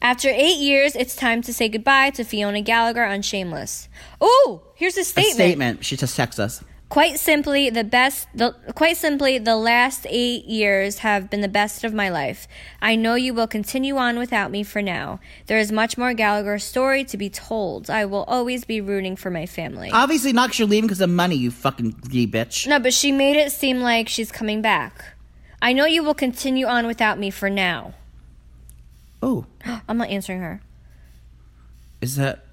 [SPEAKER 1] After eight years, it's time to say goodbye to Fiona Gallagher on Shameless. Ooh, here's a statement.
[SPEAKER 3] A statement. She just texts us.
[SPEAKER 1] Quite simply, the best. The, quite simply, the last eight years have been the best of my life. I know you will continue on without me for now. There is much more Gallagher story to be told. I will always be rooting for my family.
[SPEAKER 3] Obviously not 'cause you're leaving because of money, you fucking gee bitch.
[SPEAKER 1] no, but she made it seem like she's coming back. I know you will continue on without me for now.
[SPEAKER 3] Oh,
[SPEAKER 1] I'm not answering her.
[SPEAKER 3] is that?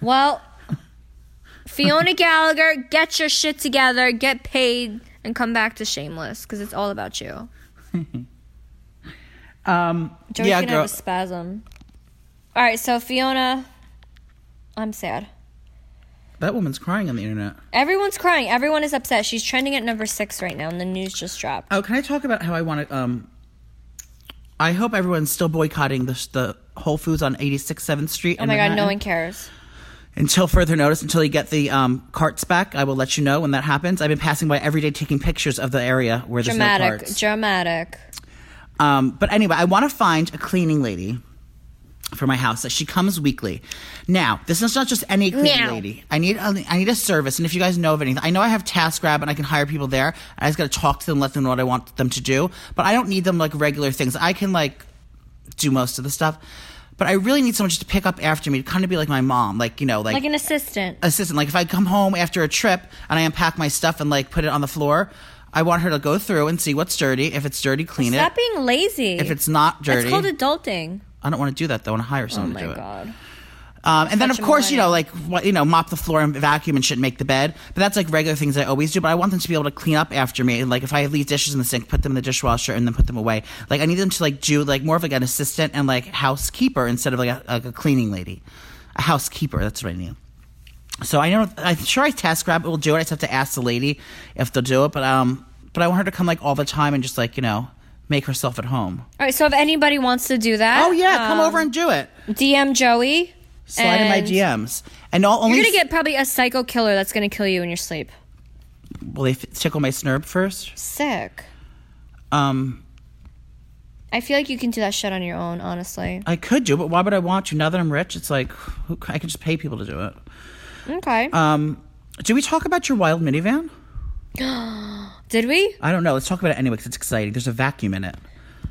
[SPEAKER 1] Well, Fiona Gallagher, get your shit together, get paid, and come back to Shameless because it's all about you.
[SPEAKER 3] Um,
[SPEAKER 1] Joey's
[SPEAKER 3] yeah,
[SPEAKER 1] gonna
[SPEAKER 3] girl.
[SPEAKER 1] have a spasm. All right, so Fiona, I'm sad.
[SPEAKER 3] that woman's crying on the internet.
[SPEAKER 1] Everyone's crying. Everyone is upset. She's trending at number six right now, and the news just dropped.
[SPEAKER 3] Oh, can I talk about how I want to? Um, I hope everyone's still boycotting the the Whole Foods on 86th 7th Street.
[SPEAKER 1] Oh my god, no one cares.
[SPEAKER 3] Until further notice, until you get the um, carts back, I will let you know when that happens. I've been passing by every day taking pictures of the area where there's no
[SPEAKER 1] Dramatic,
[SPEAKER 3] carts.
[SPEAKER 1] dramatic.
[SPEAKER 3] Um, but anyway, I want to find a cleaning lady for my house. She comes weekly. Now, this is not just any cleaning
[SPEAKER 1] Now.
[SPEAKER 3] lady. I need a, I need a service. And if you guys know of anything, I know I have TaskRabbit and I can hire people there. I just got to talk to them, let them know what I want them to do. But I don't need them like regular things. I can like do most of the stuff. But I really need someone just to pick up after me, to kind of be like my mom, like you know, like,
[SPEAKER 1] Like an assistant.
[SPEAKER 3] assistant. Like if I come home after a trip and I unpack my stuff and like put it on the floor, I want her to go through and see what's dirty. If it's dirty, clean it.
[SPEAKER 1] Stop being lazy.
[SPEAKER 3] If it's not dirty,
[SPEAKER 1] it's called adulting.
[SPEAKER 3] I don't want to do that though. I want to hire
[SPEAKER 1] Oh
[SPEAKER 3] someone to
[SPEAKER 1] my
[SPEAKER 3] do it.
[SPEAKER 1] god.
[SPEAKER 3] Um, and then of
[SPEAKER 1] Such a
[SPEAKER 3] course, you know, like what- you know, mop the floor and vacuum and shit, make the bed. But that's like regular things I always do. But I want them to be able to clean up after me. Like if I leave dishes in the sink, put them in the dishwasher and then put them away. Like I need them to like do like more of like an assistant and like housekeeper instead of like a, like a cleaning lady, a housekeeper. That's what I need. So I know I'm sure I task grab will do it. I just have to ask the lady if they'll do it. But um, but I want her to come like all the time and just like you know make herself at home.
[SPEAKER 1] All right, so if anybody wants to do that,
[SPEAKER 3] Oh yeah, come
[SPEAKER 1] um,
[SPEAKER 3] over and do it.
[SPEAKER 1] DM Joey.
[SPEAKER 3] Slide in my
[SPEAKER 1] and
[SPEAKER 3] DMs. And all only
[SPEAKER 1] You're gonna get probably a psycho killer that's gonna kill you in your sleep.
[SPEAKER 3] will they f- tickle my snurb first?
[SPEAKER 1] Sick.
[SPEAKER 3] Um,
[SPEAKER 1] I feel like you can do that shit on your own, honestly.
[SPEAKER 3] I could do, but why would I want to? Now that I'm rich, it's like who, I can just pay people to do it.
[SPEAKER 1] Okay.
[SPEAKER 3] Um, do we talk about your wild minivan?
[SPEAKER 1] Did we?
[SPEAKER 3] I don't know. Let's talk about it anyway because it's exciting. There's a vacuum in it.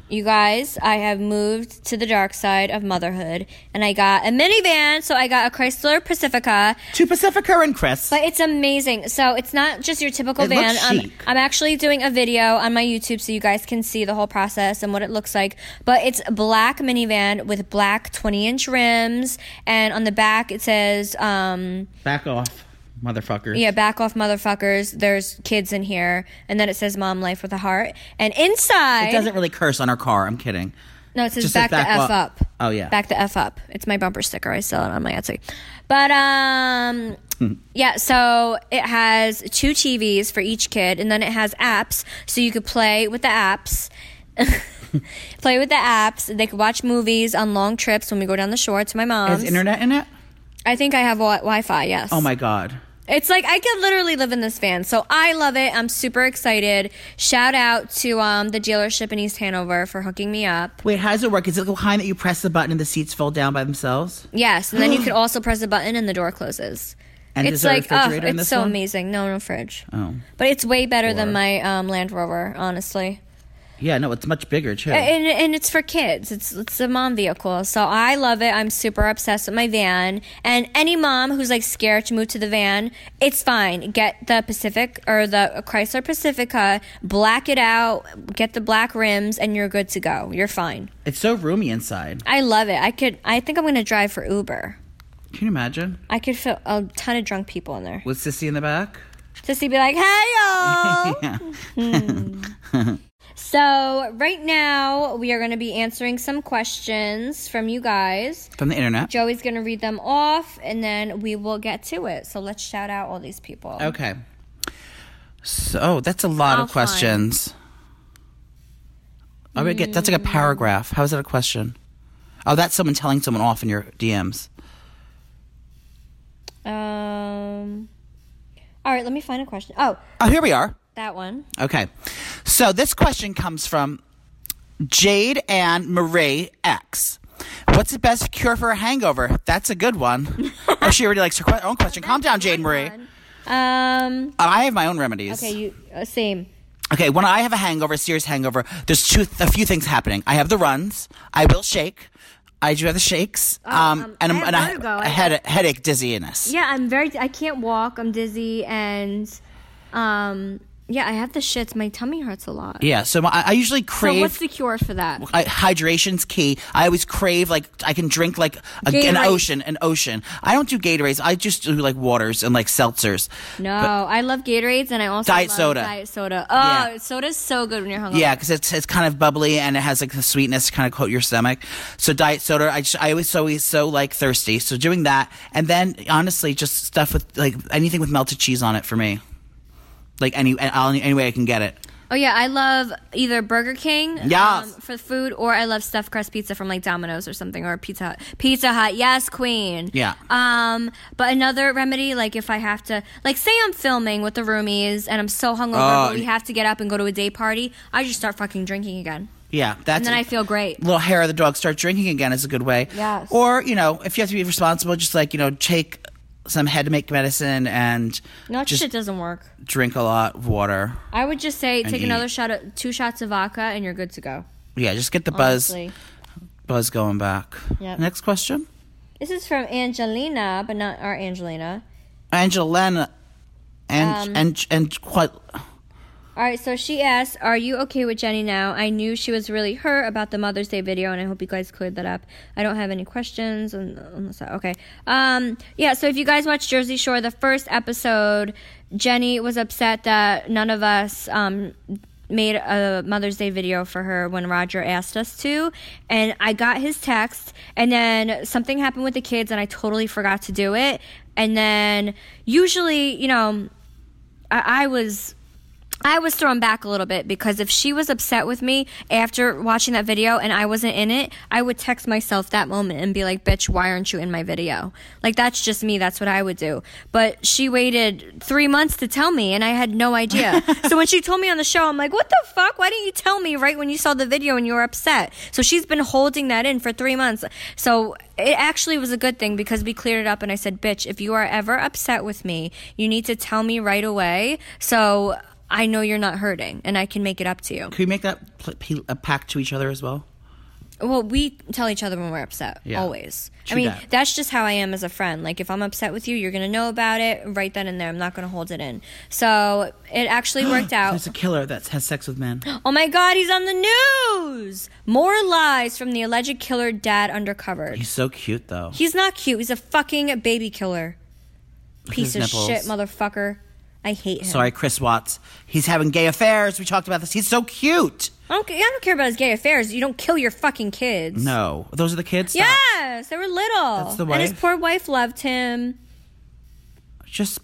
[SPEAKER 1] You guys, I have moved to the dark side of motherhood, and I got a minivan. So I got a Chrysler Pacifica,
[SPEAKER 3] To Pacifica and Chris.
[SPEAKER 1] but it's amazing. So it's not just your typical
[SPEAKER 3] It
[SPEAKER 1] van.
[SPEAKER 3] looks
[SPEAKER 1] I'm,
[SPEAKER 3] chic.
[SPEAKER 1] I'm actually doing a video on my YouTube so you guys can see the whole process and what it looks like. But it's a black minivan with black 20 inch rims, and on the back it says. Um,
[SPEAKER 3] Back off, motherfucker.
[SPEAKER 1] yeah, back off, motherfuckers. There's kids in here. And then it says mom life with a heart. And inside.
[SPEAKER 3] It doesn't really curse on our car. I'm kidding.
[SPEAKER 1] No, it says
[SPEAKER 3] Just says
[SPEAKER 1] back,
[SPEAKER 3] back
[SPEAKER 1] the F
[SPEAKER 3] up.
[SPEAKER 1] up.
[SPEAKER 3] Oh, yeah.
[SPEAKER 1] Back the F up. It's my bumper sticker. I sell it on my Etsy. But, um,.
[SPEAKER 3] Hmm.
[SPEAKER 1] Yeah, so it has two TVs for each kid, and then it has apps, so you could play with the apps. play with the apps. They could watch movies on long trips when we go down the shore to my mom's.
[SPEAKER 3] Has internet in it?
[SPEAKER 1] I think I have wi- Wi-Fi. Yes.
[SPEAKER 3] Oh my god.
[SPEAKER 1] It's like I could literally live in this van. So I love it. I'm super excited. Shout out to um, the dealership in East Hanover for hooking me up.
[SPEAKER 3] Wait, how does it work? Is it the kind that you press the button and the seats fold down by themselves?
[SPEAKER 1] Yes, and then you can also press a button and the door closes.
[SPEAKER 3] And
[SPEAKER 1] it's
[SPEAKER 3] is there a
[SPEAKER 1] like oh,
[SPEAKER 3] refrigerator in
[SPEAKER 1] it's
[SPEAKER 3] this
[SPEAKER 1] so
[SPEAKER 3] one?
[SPEAKER 1] amazing. No, no fridge.
[SPEAKER 3] Oh.
[SPEAKER 1] But it's way better
[SPEAKER 3] Or-
[SPEAKER 1] than my um, Land Rover, honestly.
[SPEAKER 3] Yeah, no, it's much bigger too.
[SPEAKER 1] And, and it's for kids. It's it's a mom vehicle, so I love it. I'm super obsessed with my van. And any mom who's like scared to move to the van, it's fine. Get the Pacific or the Chrysler Pacifica, black it out, get the black rims, and you're good to go. You're fine.
[SPEAKER 3] It's so roomy inside.
[SPEAKER 1] I love it. I could. I think I'm gonna drive for Uber.
[SPEAKER 3] Can you imagine?
[SPEAKER 1] I could fit a ton of drunk people in there.
[SPEAKER 3] With Sissy in the back?
[SPEAKER 1] Sissy be like, "Hey y'all."
[SPEAKER 3] Yeah.
[SPEAKER 1] so right now we are gonna be answering some questions from you guys.
[SPEAKER 3] From the internet.
[SPEAKER 1] Joey's going to read them off and then we will get to it. So let's shout out all these people.
[SPEAKER 3] Okay. So oh, that's a lot
[SPEAKER 1] I'll
[SPEAKER 3] of questions. I would get that's like
[SPEAKER 1] Mm.
[SPEAKER 3] a paragraph. How is that a question? Oh, that's someone telling someone off in your DMs.
[SPEAKER 1] Um All right, let me find a question. Oh,
[SPEAKER 3] Oh, here we are.
[SPEAKER 1] that one.
[SPEAKER 3] Okay. So this question comes from Jade and Marie X. What's the best cure for a hangover? That's a good one. or she already likes her que- own question. Calm down, Jade and Marie. Oh,
[SPEAKER 1] Um
[SPEAKER 3] I have my own remedies.
[SPEAKER 1] okay, you uh, same.
[SPEAKER 3] Okay, when I have a hangover, a serious hangover, there's two, a few things happening. I have the runs. I will shake. I do have the shakes. um,
[SPEAKER 1] um,
[SPEAKER 3] and,
[SPEAKER 1] I
[SPEAKER 3] I'm-
[SPEAKER 1] have
[SPEAKER 3] and I,
[SPEAKER 1] vertigo.
[SPEAKER 3] I had a headache, dizziness.
[SPEAKER 1] Yeah, I'm very I can't walk. I'm dizzy and um yeah, I have the shits. My tummy hurts a lot.
[SPEAKER 3] Yeah, so my, I I usually
[SPEAKER 1] So
[SPEAKER 3] crave.
[SPEAKER 1] what's the cure for that?
[SPEAKER 3] I, hydration's key. I always crave like I can drink like a, an
[SPEAKER 1] Gatorade.
[SPEAKER 3] ocean, an ocean. I don't do Gatorades. I just do like waters and like seltzers.
[SPEAKER 1] No, I love Gatorades and I also
[SPEAKER 3] Diet
[SPEAKER 1] love
[SPEAKER 3] soda.
[SPEAKER 1] Diet soda. Oh,
[SPEAKER 3] Yeah.
[SPEAKER 1] soda's so good when you're hungover.
[SPEAKER 3] Yeah, because it's it's kind of bubbly and it has like the sweetness to kind of coat your stomach. So diet soda, I just, I always so always so like thirsty. So doing that, and then honestly, just stuff with like anything with melted cheese on it for me. Like any any, any way I can get it.
[SPEAKER 1] Oh yeah, I love either Burger King um,
[SPEAKER 3] Yes.
[SPEAKER 1] for food, or I love stuffed crust pizza from like Domino's or something, or Pizza Hut. Pizza Hut, yes, Queen.
[SPEAKER 3] Yeah.
[SPEAKER 1] Um, but another remedy, like if I have to, like say I'm filming with the roomies and I'm so hungover,
[SPEAKER 3] Oh.
[SPEAKER 1] but we have to get up and go to a day party, I just start fucking drinking again,
[SPEAKER 3] Yeah, that's
[SPEAKER 1] and then I feel great.
[SPEAKER 3] little hair of the dog start drinking again is a good way.
[SPEAKER 1] Yes.
[SPEAKER 3] Or you know, if you have to be responsible, just like you know, take some head to make medicine and
[SPEAKER 1] No, that
[SPEAKER 3] just
[SPEAKER 1] shit doesn't work.
[SPEAKER 3] drink a lot of water.
[SPEAKER 1] I would just say take
[SPEAKER 3] eat.
[SPEAKER 1] another shot, of, two shots of vodka, and you're good to go.
[SPEAKER 3] Yeah, just get the
[SPEAKER 1] honestly.
[SPEAKER 3] buzz buzz going back.
[SPEAKER 1] Yep.
[SPEAKER 3] Next question,
[SPEAKER 1] This is from Angelina, but not our Angelina.
[SPEAKER 3] Angelina, and
[SPEAKER 1] Um,
[SPEAKER 3] and and quite.
[SPEAKER 1] All right, so she asked, "Are you okay with Jenny now? I knew she was really hurt about the Mother's Day video, and I hope you guys cleared that up. I don't have any questions, un- unless that okay. Um, yeah. So if you guys watched Jersey Shore, the first episode, Jenny was upset that none of us um, made a Mother's Day video for her when Roger asked us to, and I got his text, and then something happened with the kids, and I totally forgot to do it, and then usually, you know, I, I was." I was thrown back a little bit because if she was upset with me after watching that video and I wasn't in it, I would text myself that moment and be like, bitch, why aren't you in my video? Like, that's just me. That's what I would do. But she waited three months to tell me and I had no idea. so when she told me on the show, I'm like, what the fuck? Why didn't you tell me right when you saw the video and you were upset? So she's been holding that in for three months. So it actually was a good thing because we cleared it up and I said, bitch, if you are ever upset with me, you need to tell me right away. So I know you're not hurting, and I can make it up to you.
[SPEAKER 3] Can we make that pl- p- a pact to each other as well?
[SPEAKER 1] Well, we tell each other when we're upset,
[SPEAKER 3] Yeah.
[SPEAKER 1] always. I
[SPEAKER 3] True
[SPEAKER 1] mean,
[SPEAKER 3] that.
[SPEAKER 1] that's just how I am as a friend. Like, if I'm upset with you, you're going to know about it right then and there. I'm not going to hold it in. So it actually worked out.
[SPEAKER 3] Oh. There's a killer that has sex with men.
[SPEAKER 1] Oh my God, he's on the news! More lies from the alleged killer dad undercovered.
[SPEAKER 3] He's so cute though.
[SPEAKER 1] He's not cute. He's a fucking baby killer.
[SPEAKER 3] his
[SPEAKER 1] Piece of
[SPEAKER 3] nipples.
[SPEAKER 1] shit, motherfucker. I hate him.
[SPEAKER 3] Sorry, Chris Watts. He's having gay affairs. We talked about this. He's so cute.
[SPEAKER 1] I don't, ca- I don't care about his gay affairs. You don't kill your fucking kids.
[SPEAKER 3] No, those are the kids. Stop.
[SPEAKER 1] Yes, they were little.
[SPEAKER 3] That's the
[SPEAKER 1] And his
[SPEAKER 3] wife?
[SPEAKER 1] poor wife loved him.
[SPEAKER 3] Just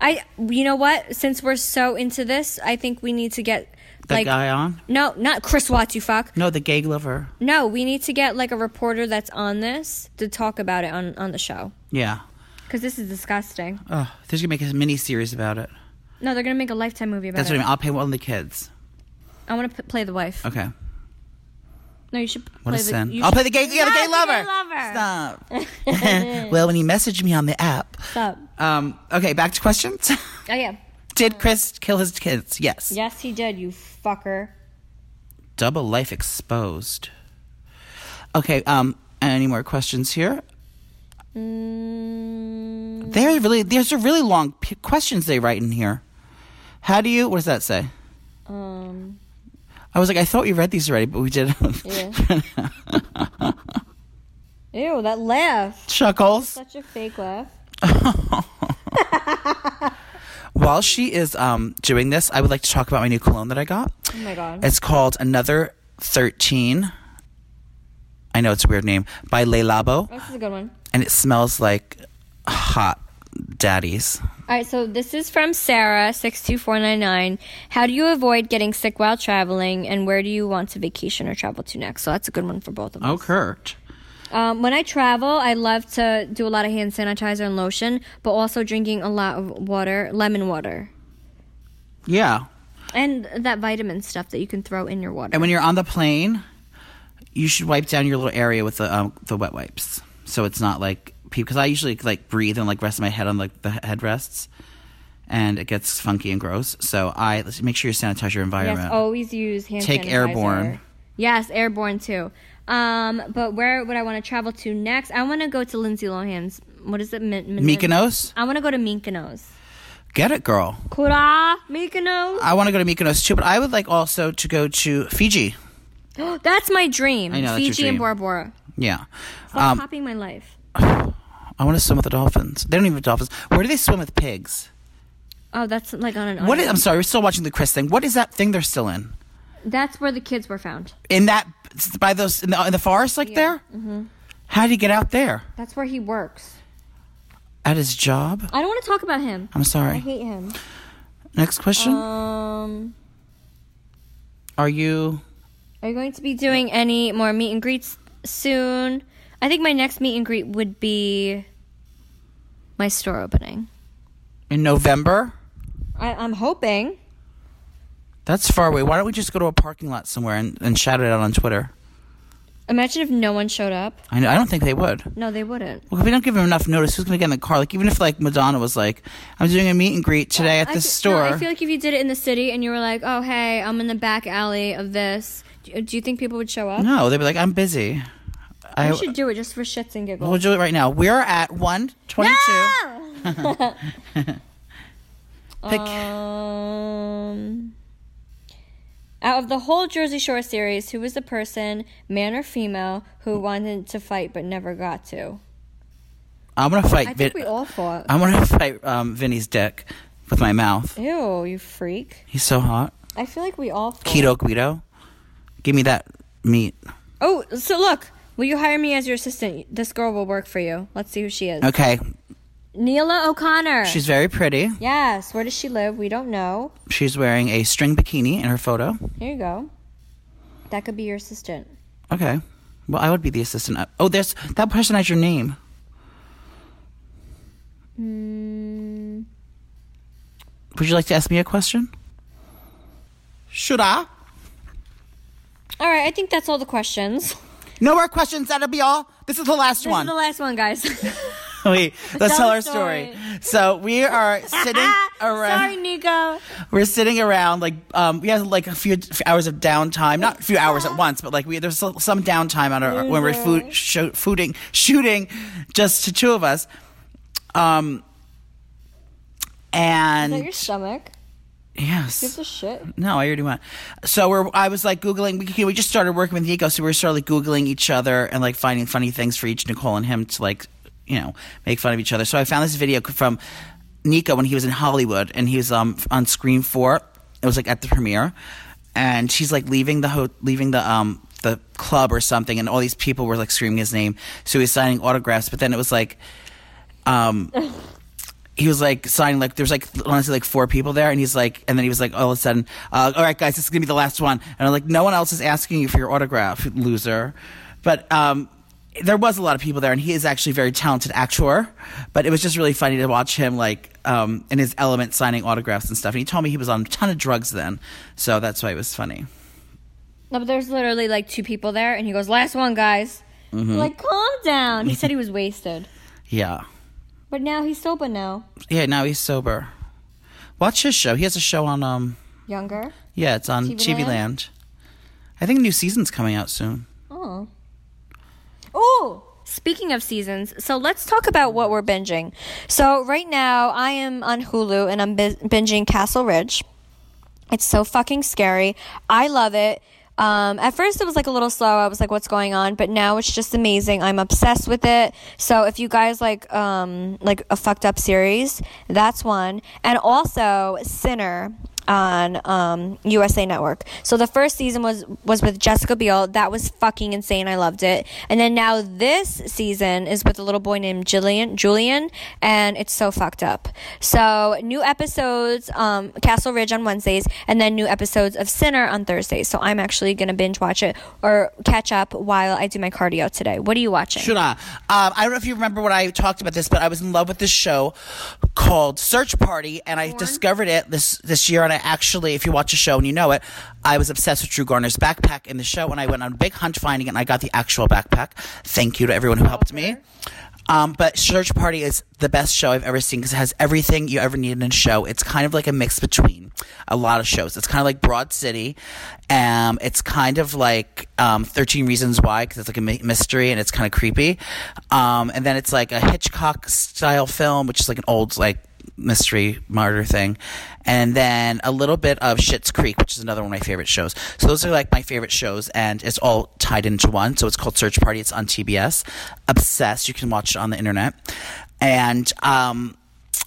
[SPEAKER 1] I you know what? Since we're so into this, I think we need to get
[SPEAKER 3] the
[SPEAKER 1] like
[SPEAKER 3] guy on.
[SPEAKER 1] no, not Chris Watts, you fuck.
[SPEAKER 3] No, the gay lover.
[SPEAKER 1] No, we need to get like a reporter that's on this to talk about it on on the show
[SPEAKER 3] Yeah.
[SPEAKER 1] because this is disgusting.
[SPEAKER 3] Oh, they're gonna make a mini series about it.
[SPEAKER 1] No, they're gonna make a lifetime movie about
[SPEAKER 3] That's
[SPEAKER 1] it.
[SPEAKER 3] what I mean. I'll pay one of the kids.
[SPEAKER 1] I, want to p- play the wife.
[SPEAKER 3] Okay.
[SPEAKER 1] No, you should
[SPEAKER 3] What
[SPEAKER 1] play the.
[SPEAKER 3] a sin.
[SPEAKER 1] you
[SPEAKER 3] I'll
[SPEAKER 1] should-
[SPEAKER 3] play the gay, yeah, the gay
[SPEAKER 1] Not
[SPEAKER 3] lover. Stop. well, when he messaged me on the app.
[SPEAKER 1] Stop.
[SPEAKER 3] Um, okay, back to questions.
[SPEAKER 1] Oh yeah.
[SPEAKER 3] Did Chris kill his kids? Yes.
[SPEAKER 1] Yes, he did. You fucker.
[SPEAKER 3] Double life exposed. Okay. Um. Any more questions here?
[SPEAKER 1] Mm,
[SPEAKER 3] They're really there's a really long p- questions they write in here. How do you? What does that say?
[SPEAKER 1] um.
[SPEAKER 3] I was like, I thought we read these already, but we did.
[SPEAKER 1] Yeah. Ew, that laugh.
[SPEAKER 3] Chuckles.
[SPEAKER 1] Such a fake laugh.
[SPEAKER 3] While she is um, doing this, I would like to talk about my new cologne that I got.
[SPEAKER 1] Oh my god.
[SPEAKER 3] It's called Another 13. I know it's a weird name by Le Labo,
[SPEAKER 1] This is a good one.
[SPEAKER 3] and it smells like hot daddies.
[SPEAKER 1] All right, so this is from Sarah six two four nine nine. How do you avoid getting sick while traveling, and where do you want to vacation or travel to next? So that's a good one for both of us.
[SPEAKER 3] Kurt.
[SPEAKER 1] Um, when I travel, I love to do a lot of hand sanitizer and lotion, but also drinking a lot of water, lemon water,
[SPEAKER 3] Yeah.
[SPEAKER 1] and that vitamin stuff that you can throw in your water.
[SPEAKER 3] And when you're on the plane, you should wipe down your little area with the um, the wet wipes, so it's not like because I usually like breathe and like rest my head on like the headrests, and it gets funky and gross. So I let's make sure you sanitize your environment.
[SPEAKER 1] Yes, Oh, always use hand
[SPEAKER 3] Take
[SPEAKER 1] sanitizer.
[SPEAKER 3] airborne.
[SPEAKER 1] Yes, airborne too. Um, but where would I want to travel to next? I want to go to Lindsay Lohan's. What is it? Min- Min-
[SPEAKER 3] Mykonos,
[SPEAKER 1] I want to go to Mykonos.
[SPEAKER 3] get it, girl.
[SPEAKER 1] Kura, Mykonos.
[SPEAKER 3] I want to go to Mykonos too, but I would like also to go to Fiji.
[SPEAKER 1] That's my dream.
[SPEAKER 3] Uh, I know, that's your
[SPEAKER 1] Fiji
[SPEAKER 3] dream.
[SPEAKER 1] and Bora Bora.
[SPEAKER 3] Yeah,
[SPEAKER 1] Stop
[SPEAKER 3] Um,
[SPEAKER 1] copying my life.
[SPEAKER 3] I want to swim with the dolphins. They don't even have dolphins. Where do they swim with pigs?
[SPEAKER 1] Oh, that's like on an
[SPEAKER 3] What is,
[SPEAKER 1] island.
[SPEAKER 3] I'm sorry, we're still watching the Chris thing. What is that thing they're still in?
[SPEAKER 1] That's where the kids were found.
[SPEAKER 3] in that by those in the, in the forest like there
[SPEAKER 1] Mm-hmm.
[SPEAKER 3] how did he get out there
[SPEAKER 1] That's where he works.
[SPEAKER 3] at his job
[SPEAKER 1] I don't want to talk about him.
[SPEAKER 3] i'm
[SPEAKER 1] I
[SPEAKER 3] sorry
[SPEAKER 1] hate him.
[SPEAKER 3] next question
[SPEAKER 1] Um,
[SPEAKER 3] are you
[SPEAKER 1] are you going to be doing any more meet and greets soon? I think my next meet and greet would be my store opening.
[SPEAKER 3] in november
[SPEAKER 1] I, I'm hoping.
[SPEAKER 3] that's far away why don't we just go to a parking lot somewhere and, and shout it out on twitter
[SPEAKER 1] Imagine if no one showed up.
[SPEAKER 3] i know i don't think they would
[SPEAKER 1] No, they wouldn't.
[SPEAKER 3] well, if we don't give him enough notice who's going to get in the car like even if like madonna was like i'm doing a meet and greet today at
[SPEAKER 1] I
[SPEAKER 3] this
[SPEAKER 1] feel- no,
[SPEAKER 3] store
[SPEAKER 1] I feel like if you did it in the city and you were like, "Oh, hey, I'm in the back alley of this," do, do you think people would show up?
[SPEAKER 3] no they'd be like i'm busy i
[SPEAKER 1] We should do it just for shits and giggles.
[SPEAKER 3] we'll do it right now we're at 122 pick
[SPEAKER 1] Um, out of the whole Jersey Shore series, who was the person, man or female, who wanted to fight but never got to?
[SPEAKER 3] i'm going to fight
[SPEAKER 1] I
[SPEAKER 3] Vin-
[SPEAKER 1] think we all fought.
[SPEAKER 3] I want to fight um, Vinny's dick with my mouth.
[SPEAKER 1] Ew, you freak!
[SPEAKER 3] He's so hot.
[SPEAKER 1] I feel like we all fought.
[SPEAKER 3] Keto Guido, give me that meat.
[SPEAKER 1] Oh, so look. Will you hire me as your assistant? This girl will work for you. Let's see who she is.
[SPEAKER 3] Okay,
[SPEAKER 1] Neela O'Connor.
[SPEAKER 3] Uh, she's very pretty.
[SPEAKER 1] yes. Where does she live? We don't know.
[SPEAKER 3] She's wearing a string bikini in her photo.
[SPEAKER 1] Here you go. That could be your assistant.
[SPEAKER 3] Okay, well I would be the assistant. Uh, Oh, there's that person has your name. Hmm.
[SPEAKER 1] Mm,
[SPEAKER 3] Would you like to ask me a question? Should I?
[SPEAKER 1] all right. I think that's all the questions.
[SPEAKER 3] No more questions. That'll be all. This is the last
[SPEAKER 1] This
[SPEAKER 3] one.
[SPEAKER 1] is the last one, guys.
[SPEAKER 3] Wait,
[SPEAKER 1] Tell
[SPEAKER 3] let's tell
[SPEAKER 1] the
[SPEAKER 3] our story. So we are sitting around.
[SPEAKER 1] Sorry, Nico.
[SPEAKER 3] We're sitting around, like um, we had like a few, few hours of downtime. Not a few hours at once, but like we there's so- some downtime on our when we're food, sho fooding, shooting, just the two of us. Um,
[SPEAKER 1] Is that
[SPEAKER 3] and
[SPEAKER 1] your stomach?
[SPEAKER 3] yes,
[SPEAKER 1] It's a shit.
[SPEAKER 3] no, I already went. So we're. I was like googling. We, we just started working with Nico, so we were sort of like googling each other and like finding funny things for each Nicole and him to like, you know, make fun of each other. So I found this video from Nico when he was in Hollywood and he was um on Screen Four. It was like at the premiere, and she's like leaving the ho- leaving the um the club or something, and all these people were like screaming his name. So he was signing autographs, but then it was like he was like signing like there's like honestly like four people there and he's like and then he was like all of a sudden uh, all right guys this is gonna be the last one and i'm like no one else is asking you for your autograph loser but um there was a lot of people there and he is actually a very talented actor but it was just really funny to watch him like um in his element signing autographs and stuff and he told me he was on a ton of drugs then so that's why it was funny
[SPEAKER 1] No, but there's literally like two people there, and he goes, "Last one, guys." Like, calm down. He said he was wasted,
[SPEAKER 3] yeah
[SPEAKER 1] but now he's sober now.
[SPEAKER 3] yeah now he's sober watch his show he has a show on um
[SPEAKER 1] Younger.
[SPEAKER 3] yeah it's on
[SPEAKER 1] TV
[SPEAKER 3] tv land i think a new season's coming out soon
[SPEAKER 1] Oh. Oh. Speaking of seasons, so let's talk about what we're binging. So right now, I am on Hulu and I'm bi- binging Castle Ridge. It's so fucking scary. I love it. Um, at first, it was like a little slow. I was like, "What's going on?" But now it's just amazing. I'm obsessed with it. So if you guys like um, like a fucked up series, that's one. And also Sinner on um, USA Network. So the first season was was with Jessica Biel. That was fucking insane. I loved it. And then now this season is with a little boy named Julian. Julian, and it's so fucked up. So new episodes, um, Castle Ridge on Wednesdays, and then new episodes of Sinner on Thursdays. So I'm actually gonna binge watch it or catch up while I do my cardio today. What are you watching?
[SPEAKER 3] Should I? Um, I don't know if you remember when I talked about this, but I was in love with this show called Search Party, and I discovered it this this year. And I actually, if you watch a show and you know it, I was obsessed with Drew Garner's backpack in the show, and I went on a big hunt finding it, and I got the actual backpack. Thank you to everyone who helped me. Um, but Search Party is the best show I've ever seen because it has everything you ever need in a show. It's kind of like a mix between a lot of shows. It's kind of like Broad City. Um, it's kind of like um, 13 Reasons Why because it's like a mi- mystery and it's kind of creepy. Um, and then it's like a Hitchcock style film, which is like an old, like, mystery murder thing. And then a little bit of Shit's Creek, which is another one of my favorite shows. So those are like my favorite shows and it's all tied into one. So it's called Search Party. It's on TBS. Obsessed. You can watch it on the internet. And um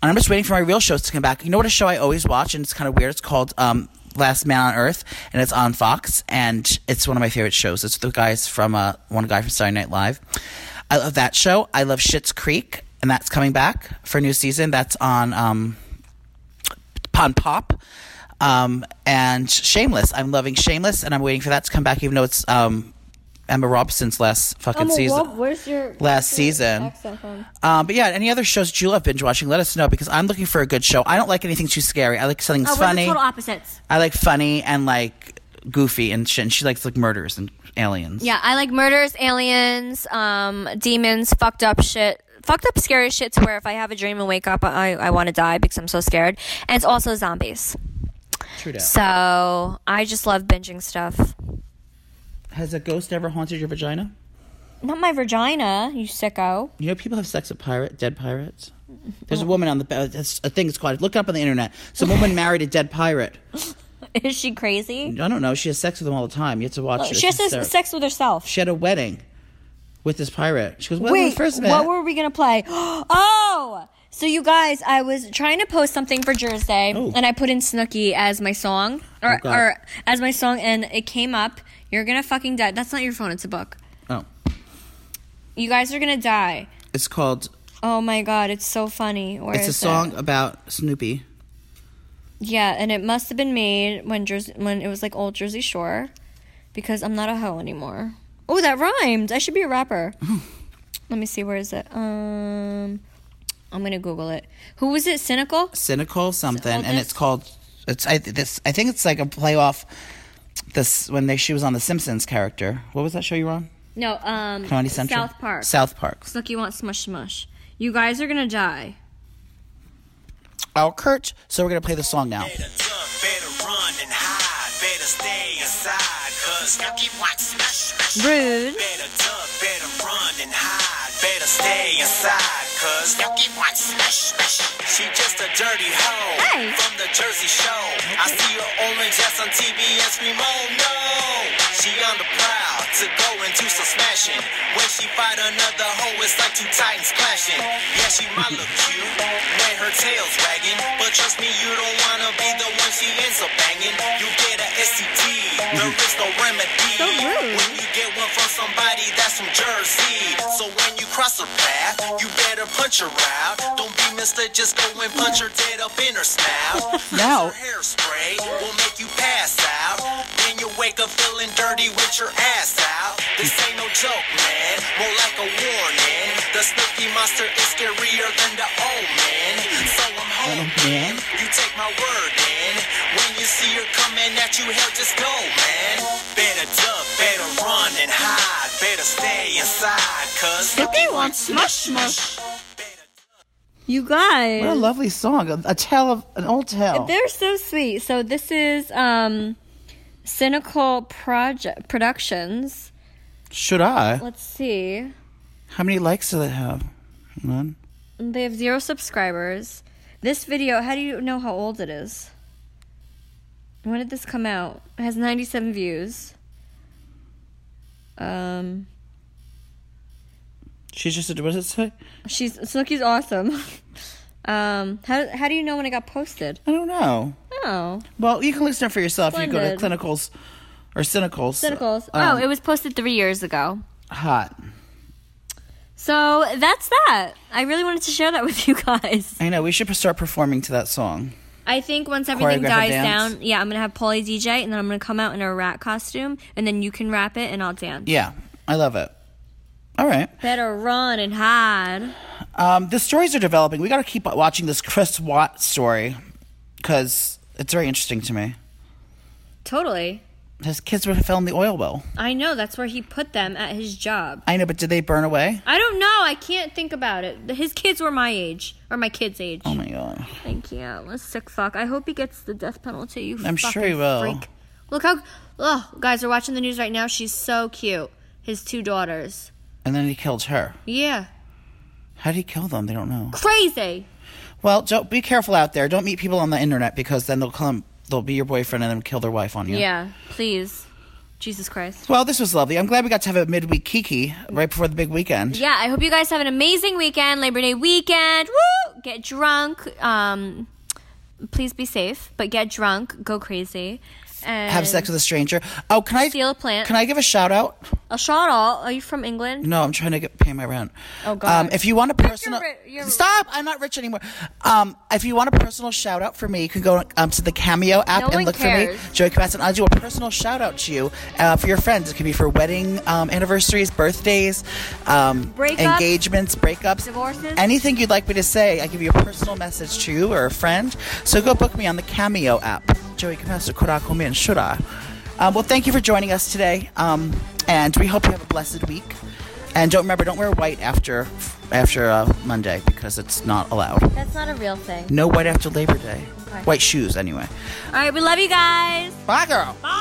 [SPEAKER 3] and I'm just waiting for my real shows to come back. You know what a show I always watch and it's kind of weird. It's called um Last Man on Earth, and it's on Fox, and it's one of my favorite shows. It's the guys from uh, one guy from Saturday Night Live. I love that show. I love Schitt's Creek, and that's coming back for a new season. That's on um, on Pop. Um, and Shameless. I'm loving Shameless, and I'm waiting for that to come back, even though it's um, Emma Robson's last fucking season.
[SPEAKER 1] where's your
[SPEAKER 3] Last season. Um, but yeah, any other shows that you love binge watching, let us know because I'm looking for a good show. I don't like anything too scary. I like something that's funny.
[SPEAKER 1] total opposites.
[SPEAKER 3] I like funny and like goofy and shit. And she likes like murders and aliens.
[SPEAKER 1] Yeah, I like murders, aliens, um, demons, fucked up shit. Fucked up scary shit to where if I have a dream and wake up, I, I want to die because I'm so scared. And it's also zombies.
[SPEAKER 3] True that.
[SPEAKER 1] So I just love binging stuff.
[SPEAKER 3] Has a ghost ever haunted your vagina?
[SPEAKER 1] Not my vagina, you sicko.
[SPEAKER 3] You know, people have sex with pirate, dead pirates. There's
[SPEAKER 1] Oh.
[SPEAKER 3] a woman on the uh, there's a thing. It's called. Look it up on the internet. Some woman married a dead pirate.
[SPEAKER 1] Is she crazy?
[SPEAKER 3] I don't know. She has sex with them all the time. You have to watch. it.
[SPEAKER 1] She has
[SPEAKER 3] It's
[SPEAKER 1] se-
[SPEAKER 3] hysterical.
[SPEAKER 1] sex with herself.
[SPEAKER 3] She had a wedding with this pirate. She goes, well, when we
[SPEAKER 1] Wait,
[SPEAKER 3] first met.
[SPEAKER 1] what were we gonna play? Oh, so you guys, I was trying to post something for Thursday,
[SPEAKER 3] Oh.
[SPEAKER 1] and I put in Snooki as my song, or,
[SPEAKER 3] Oh, God.
[SPEAKER 1] or as my song, and it came up. You're gonna fucking die. That's not your phone. It's a book.
[SPEAKER 3] oh,
[SPEAKER 1] You guys are gonna die.
[SPEAKER 3] it's called.
[SPEAKER 1] Oh my god, it's so funny. Where
[SPEAKER 3] it's a
[SPEAKER 1] is it?
[SPEAKER 3] song about Snoopy.
[SPEAKER 1] Yeah, and it must have been made when Jersey, when it was like old Jersey Shore, because I'm not a hoe anymore. Oh, that rhymed. I should be a rapper. Let me see. Where is it? Um, I'm gonna Google it. Who was it? Cynical.
[SPEAKER 3] cynical something,
[SPEAKER 1] all
[SPEAKER 3] and
[SPEAKER 1] this-
[SPEAKER 3] it's called. It's I this I think it's like a play off. This when they she was on the Simpsons character. What was that show you were on?
[SPEAKER 1] No. Um.
[SPEAKER 3] Comedy Central.
[SPEAKER 1] South Park.
[SPEAKER 3] South Park.
[SPEAKER 1] Snooki wants smush smush. You guys are gonna die.
[SPEAKER 3] Oh, Kurt. So we're gonna play the song now.
[SPEAKER 4] Better duck, better run and hide. Better stay inside, cause Snooki wants smash, smash.
[SPEAKER 1] Rude.
[SPEAKER 4] Better duck, better run and hide. Better stay inside, cause Snooki wants smash, smash. She just a dirty hoe
[SPEAKER 1] Hey.
[SPEAKER 4] from the Jersey Show. I see her orange ass on TV and scream, oh no. She on the prowl to go and do some smashing. When she fight another hoe, it's like two titans clashing. Yeah, she might look cute when her tail's wagging, but trust me, you don't wanna be the one she ends up banging. You get a STD, there is no remedy.
[SPEAKER 1] Mm-hmm. So rude.
[SPEAKER 4] When you get one from somebody that's from Jersey, so when you cross her path, you better punch her out. Don't be Mister, just go and punch her dead up in her snout.
[SPEAKER 3] No.
[SPEAKER 4] Her hairspray will make you pass out. Then you wake up feeling dirty with your ass out. This ain't no joke, man. More like a warning. The Snooky Monster is scarier than the old man. So I'm hoping you take my word in. When you see her coming at you, hell, just go, man. Better duck, better run and hide. Better stay inside, cause
[SPEAKER 1] Snooki wants smush smush. You guys.
[SPEAKER 3] What a lovely song. A, a tale of an old tale.
[SPEAKER 1] They're so sweet. So this is um Cynical Project Productions.
[SPEAKER 3] Should I?
[SPEAKER 1] Let's see.
[SPEAKER 3] How many likes do they have? None.
[SPEAKER 1] They have zero subscribers. This video, how do you know how old it is? When did this come out? It has 97 views. Um
[SPEAKER 3] She's just a. What does it say?
[SPEAKER 1] she's Snooki's awesome. um how how do you know when it got posted?
[SPEAKER 3] I don't know.
[SPEAKER 1] Oh.
[SPEAKER 3] Well, you can listen for yourself. You go to
[SPEAKER 1] Splendid.
[SPEAKER 3] clinicals or cynicals.
[SPEAKER 1] Cynicals. oh,
[SPEAKER 3] Um,
[SPEAKER 1] it was posted 3 years ago.
[SPEAKER 3] hot.
[SPEAKER 1] So that's that. I really wanted to share that with you guys.
[SPEAKER 3] I know. We should start performing to that song.
[SPEAKER 1] I think once everything
[SPEAKER 3] Choreograph
[SPEAKER 1] dies
[SPEAKER 3] a dance?
[SPEAKER 1] down, yeah, I'm gonna have Polly DJ, and then I'm gonna come out in a rat costume, and then you can rap it, and I'll dance.
[SPEAKER 3] Yeah, I love it. All right.
[SPEAKER 1] Better run and hide.
[SPEAKER 3] Um, the stories are developing. We got to keep watching this Chris Watt story because it's very interesting to me.
[SPEAKER 1] Totally.
[SPEAKER 3] His kids were filmed the oil well.
[SPEAKER 1] I know that's where he put them at his job.
[SPEAKER 3] I know, but did they burn away?
[SPEAKER 1] I don't know. I can't think about it. His kids were my age, or my kids' age.
[SPEAKER 3] Oh my god.
[SPEAKER 1] Thank you. I'm a sick fuck. I hope he gets the death penalty. You. fucking
[SPEAKER 3] I'm sure he will.
[SPEAKER 1] Freak. Look how. Oh, guys, we're watching the news right now. She's so cute. His two daughters.
[SPEAKER 3] And then he killed her.
[SPEAKER 1] Yeah.
[SPEAKER 3] How did he kill them? They don't know.
[SPEAKER 1] Crazy.
[SPEAKER 3] Well, don't be careful out there. Don't meet people on the internet because then they'll come. They'll be your boyfriend and then kill their wife on you.
[SPEAKER 1] yeah please. Jesus Christ.
[SPEAKER 3] Well, this was lovely. I'm glad we got to have a midweek kiki right before the big weekend.
[SPEAKER 1] Yeah, I hope you guys have an amazing weekend, Labor Day weekend. Woo! Get drunk. Um, please be safe, but get drunk, go crazy, and
[SPEAKER 3] Have sex with a stranger. Oh, can I
[SPEAKER 1] Steal a plant.
[SPEAKER 3] Can I give a shout out?
[SPEAKER 1] a shot all. Are you from England?
[SPEAKER 3] No, I'm trying to get pay my rent.
[SPEAKER 1] Oh, God.
[SPEAKER 3] Um, if you want a personal,
[SPEAKER 1] ri- you're-
[SPEAKER 3] stop! I'm not rich anymore. Um, if you want a personal shout out for me, you can go um, to the Cameo app
[SPEAKER 1] No one
[SPEAKER 3] and look
[SPEAKER 1] cares.
[SPEAKER 3] for me, Joey Cabasson. I'll do a personal shout out to you uh, for your friends. It could be for wedding um, anniversaries, birthdays, um,
[SPEAKER 1] Breakups.
[SPEAKER 3] engagements, breakups,
[SPEAKER 1] Divorces.
[SPEAKER 3] anything you'd like me to say. I give you a personal message to you or a friend. So go book me on the Cameo app, Joey Cabasson. Could I come in? Should I? Um, well, thank you for joining us today, um, and we hope you have a blessed week. And don't remember, don't wear white after after uh, Monday because it's not allowed.
[SPEAKER 1] That's not a real thing.
[SPEAKER 3] No white after Labor Day.
[SPEAKER 1] Okay.
[SPEAKER 3] White shoes, anyway.
[SPEAKER 1] All right, we love you guys.
[SPEAKER 3] Bye, girl.
[SPEAKER 1] Bye.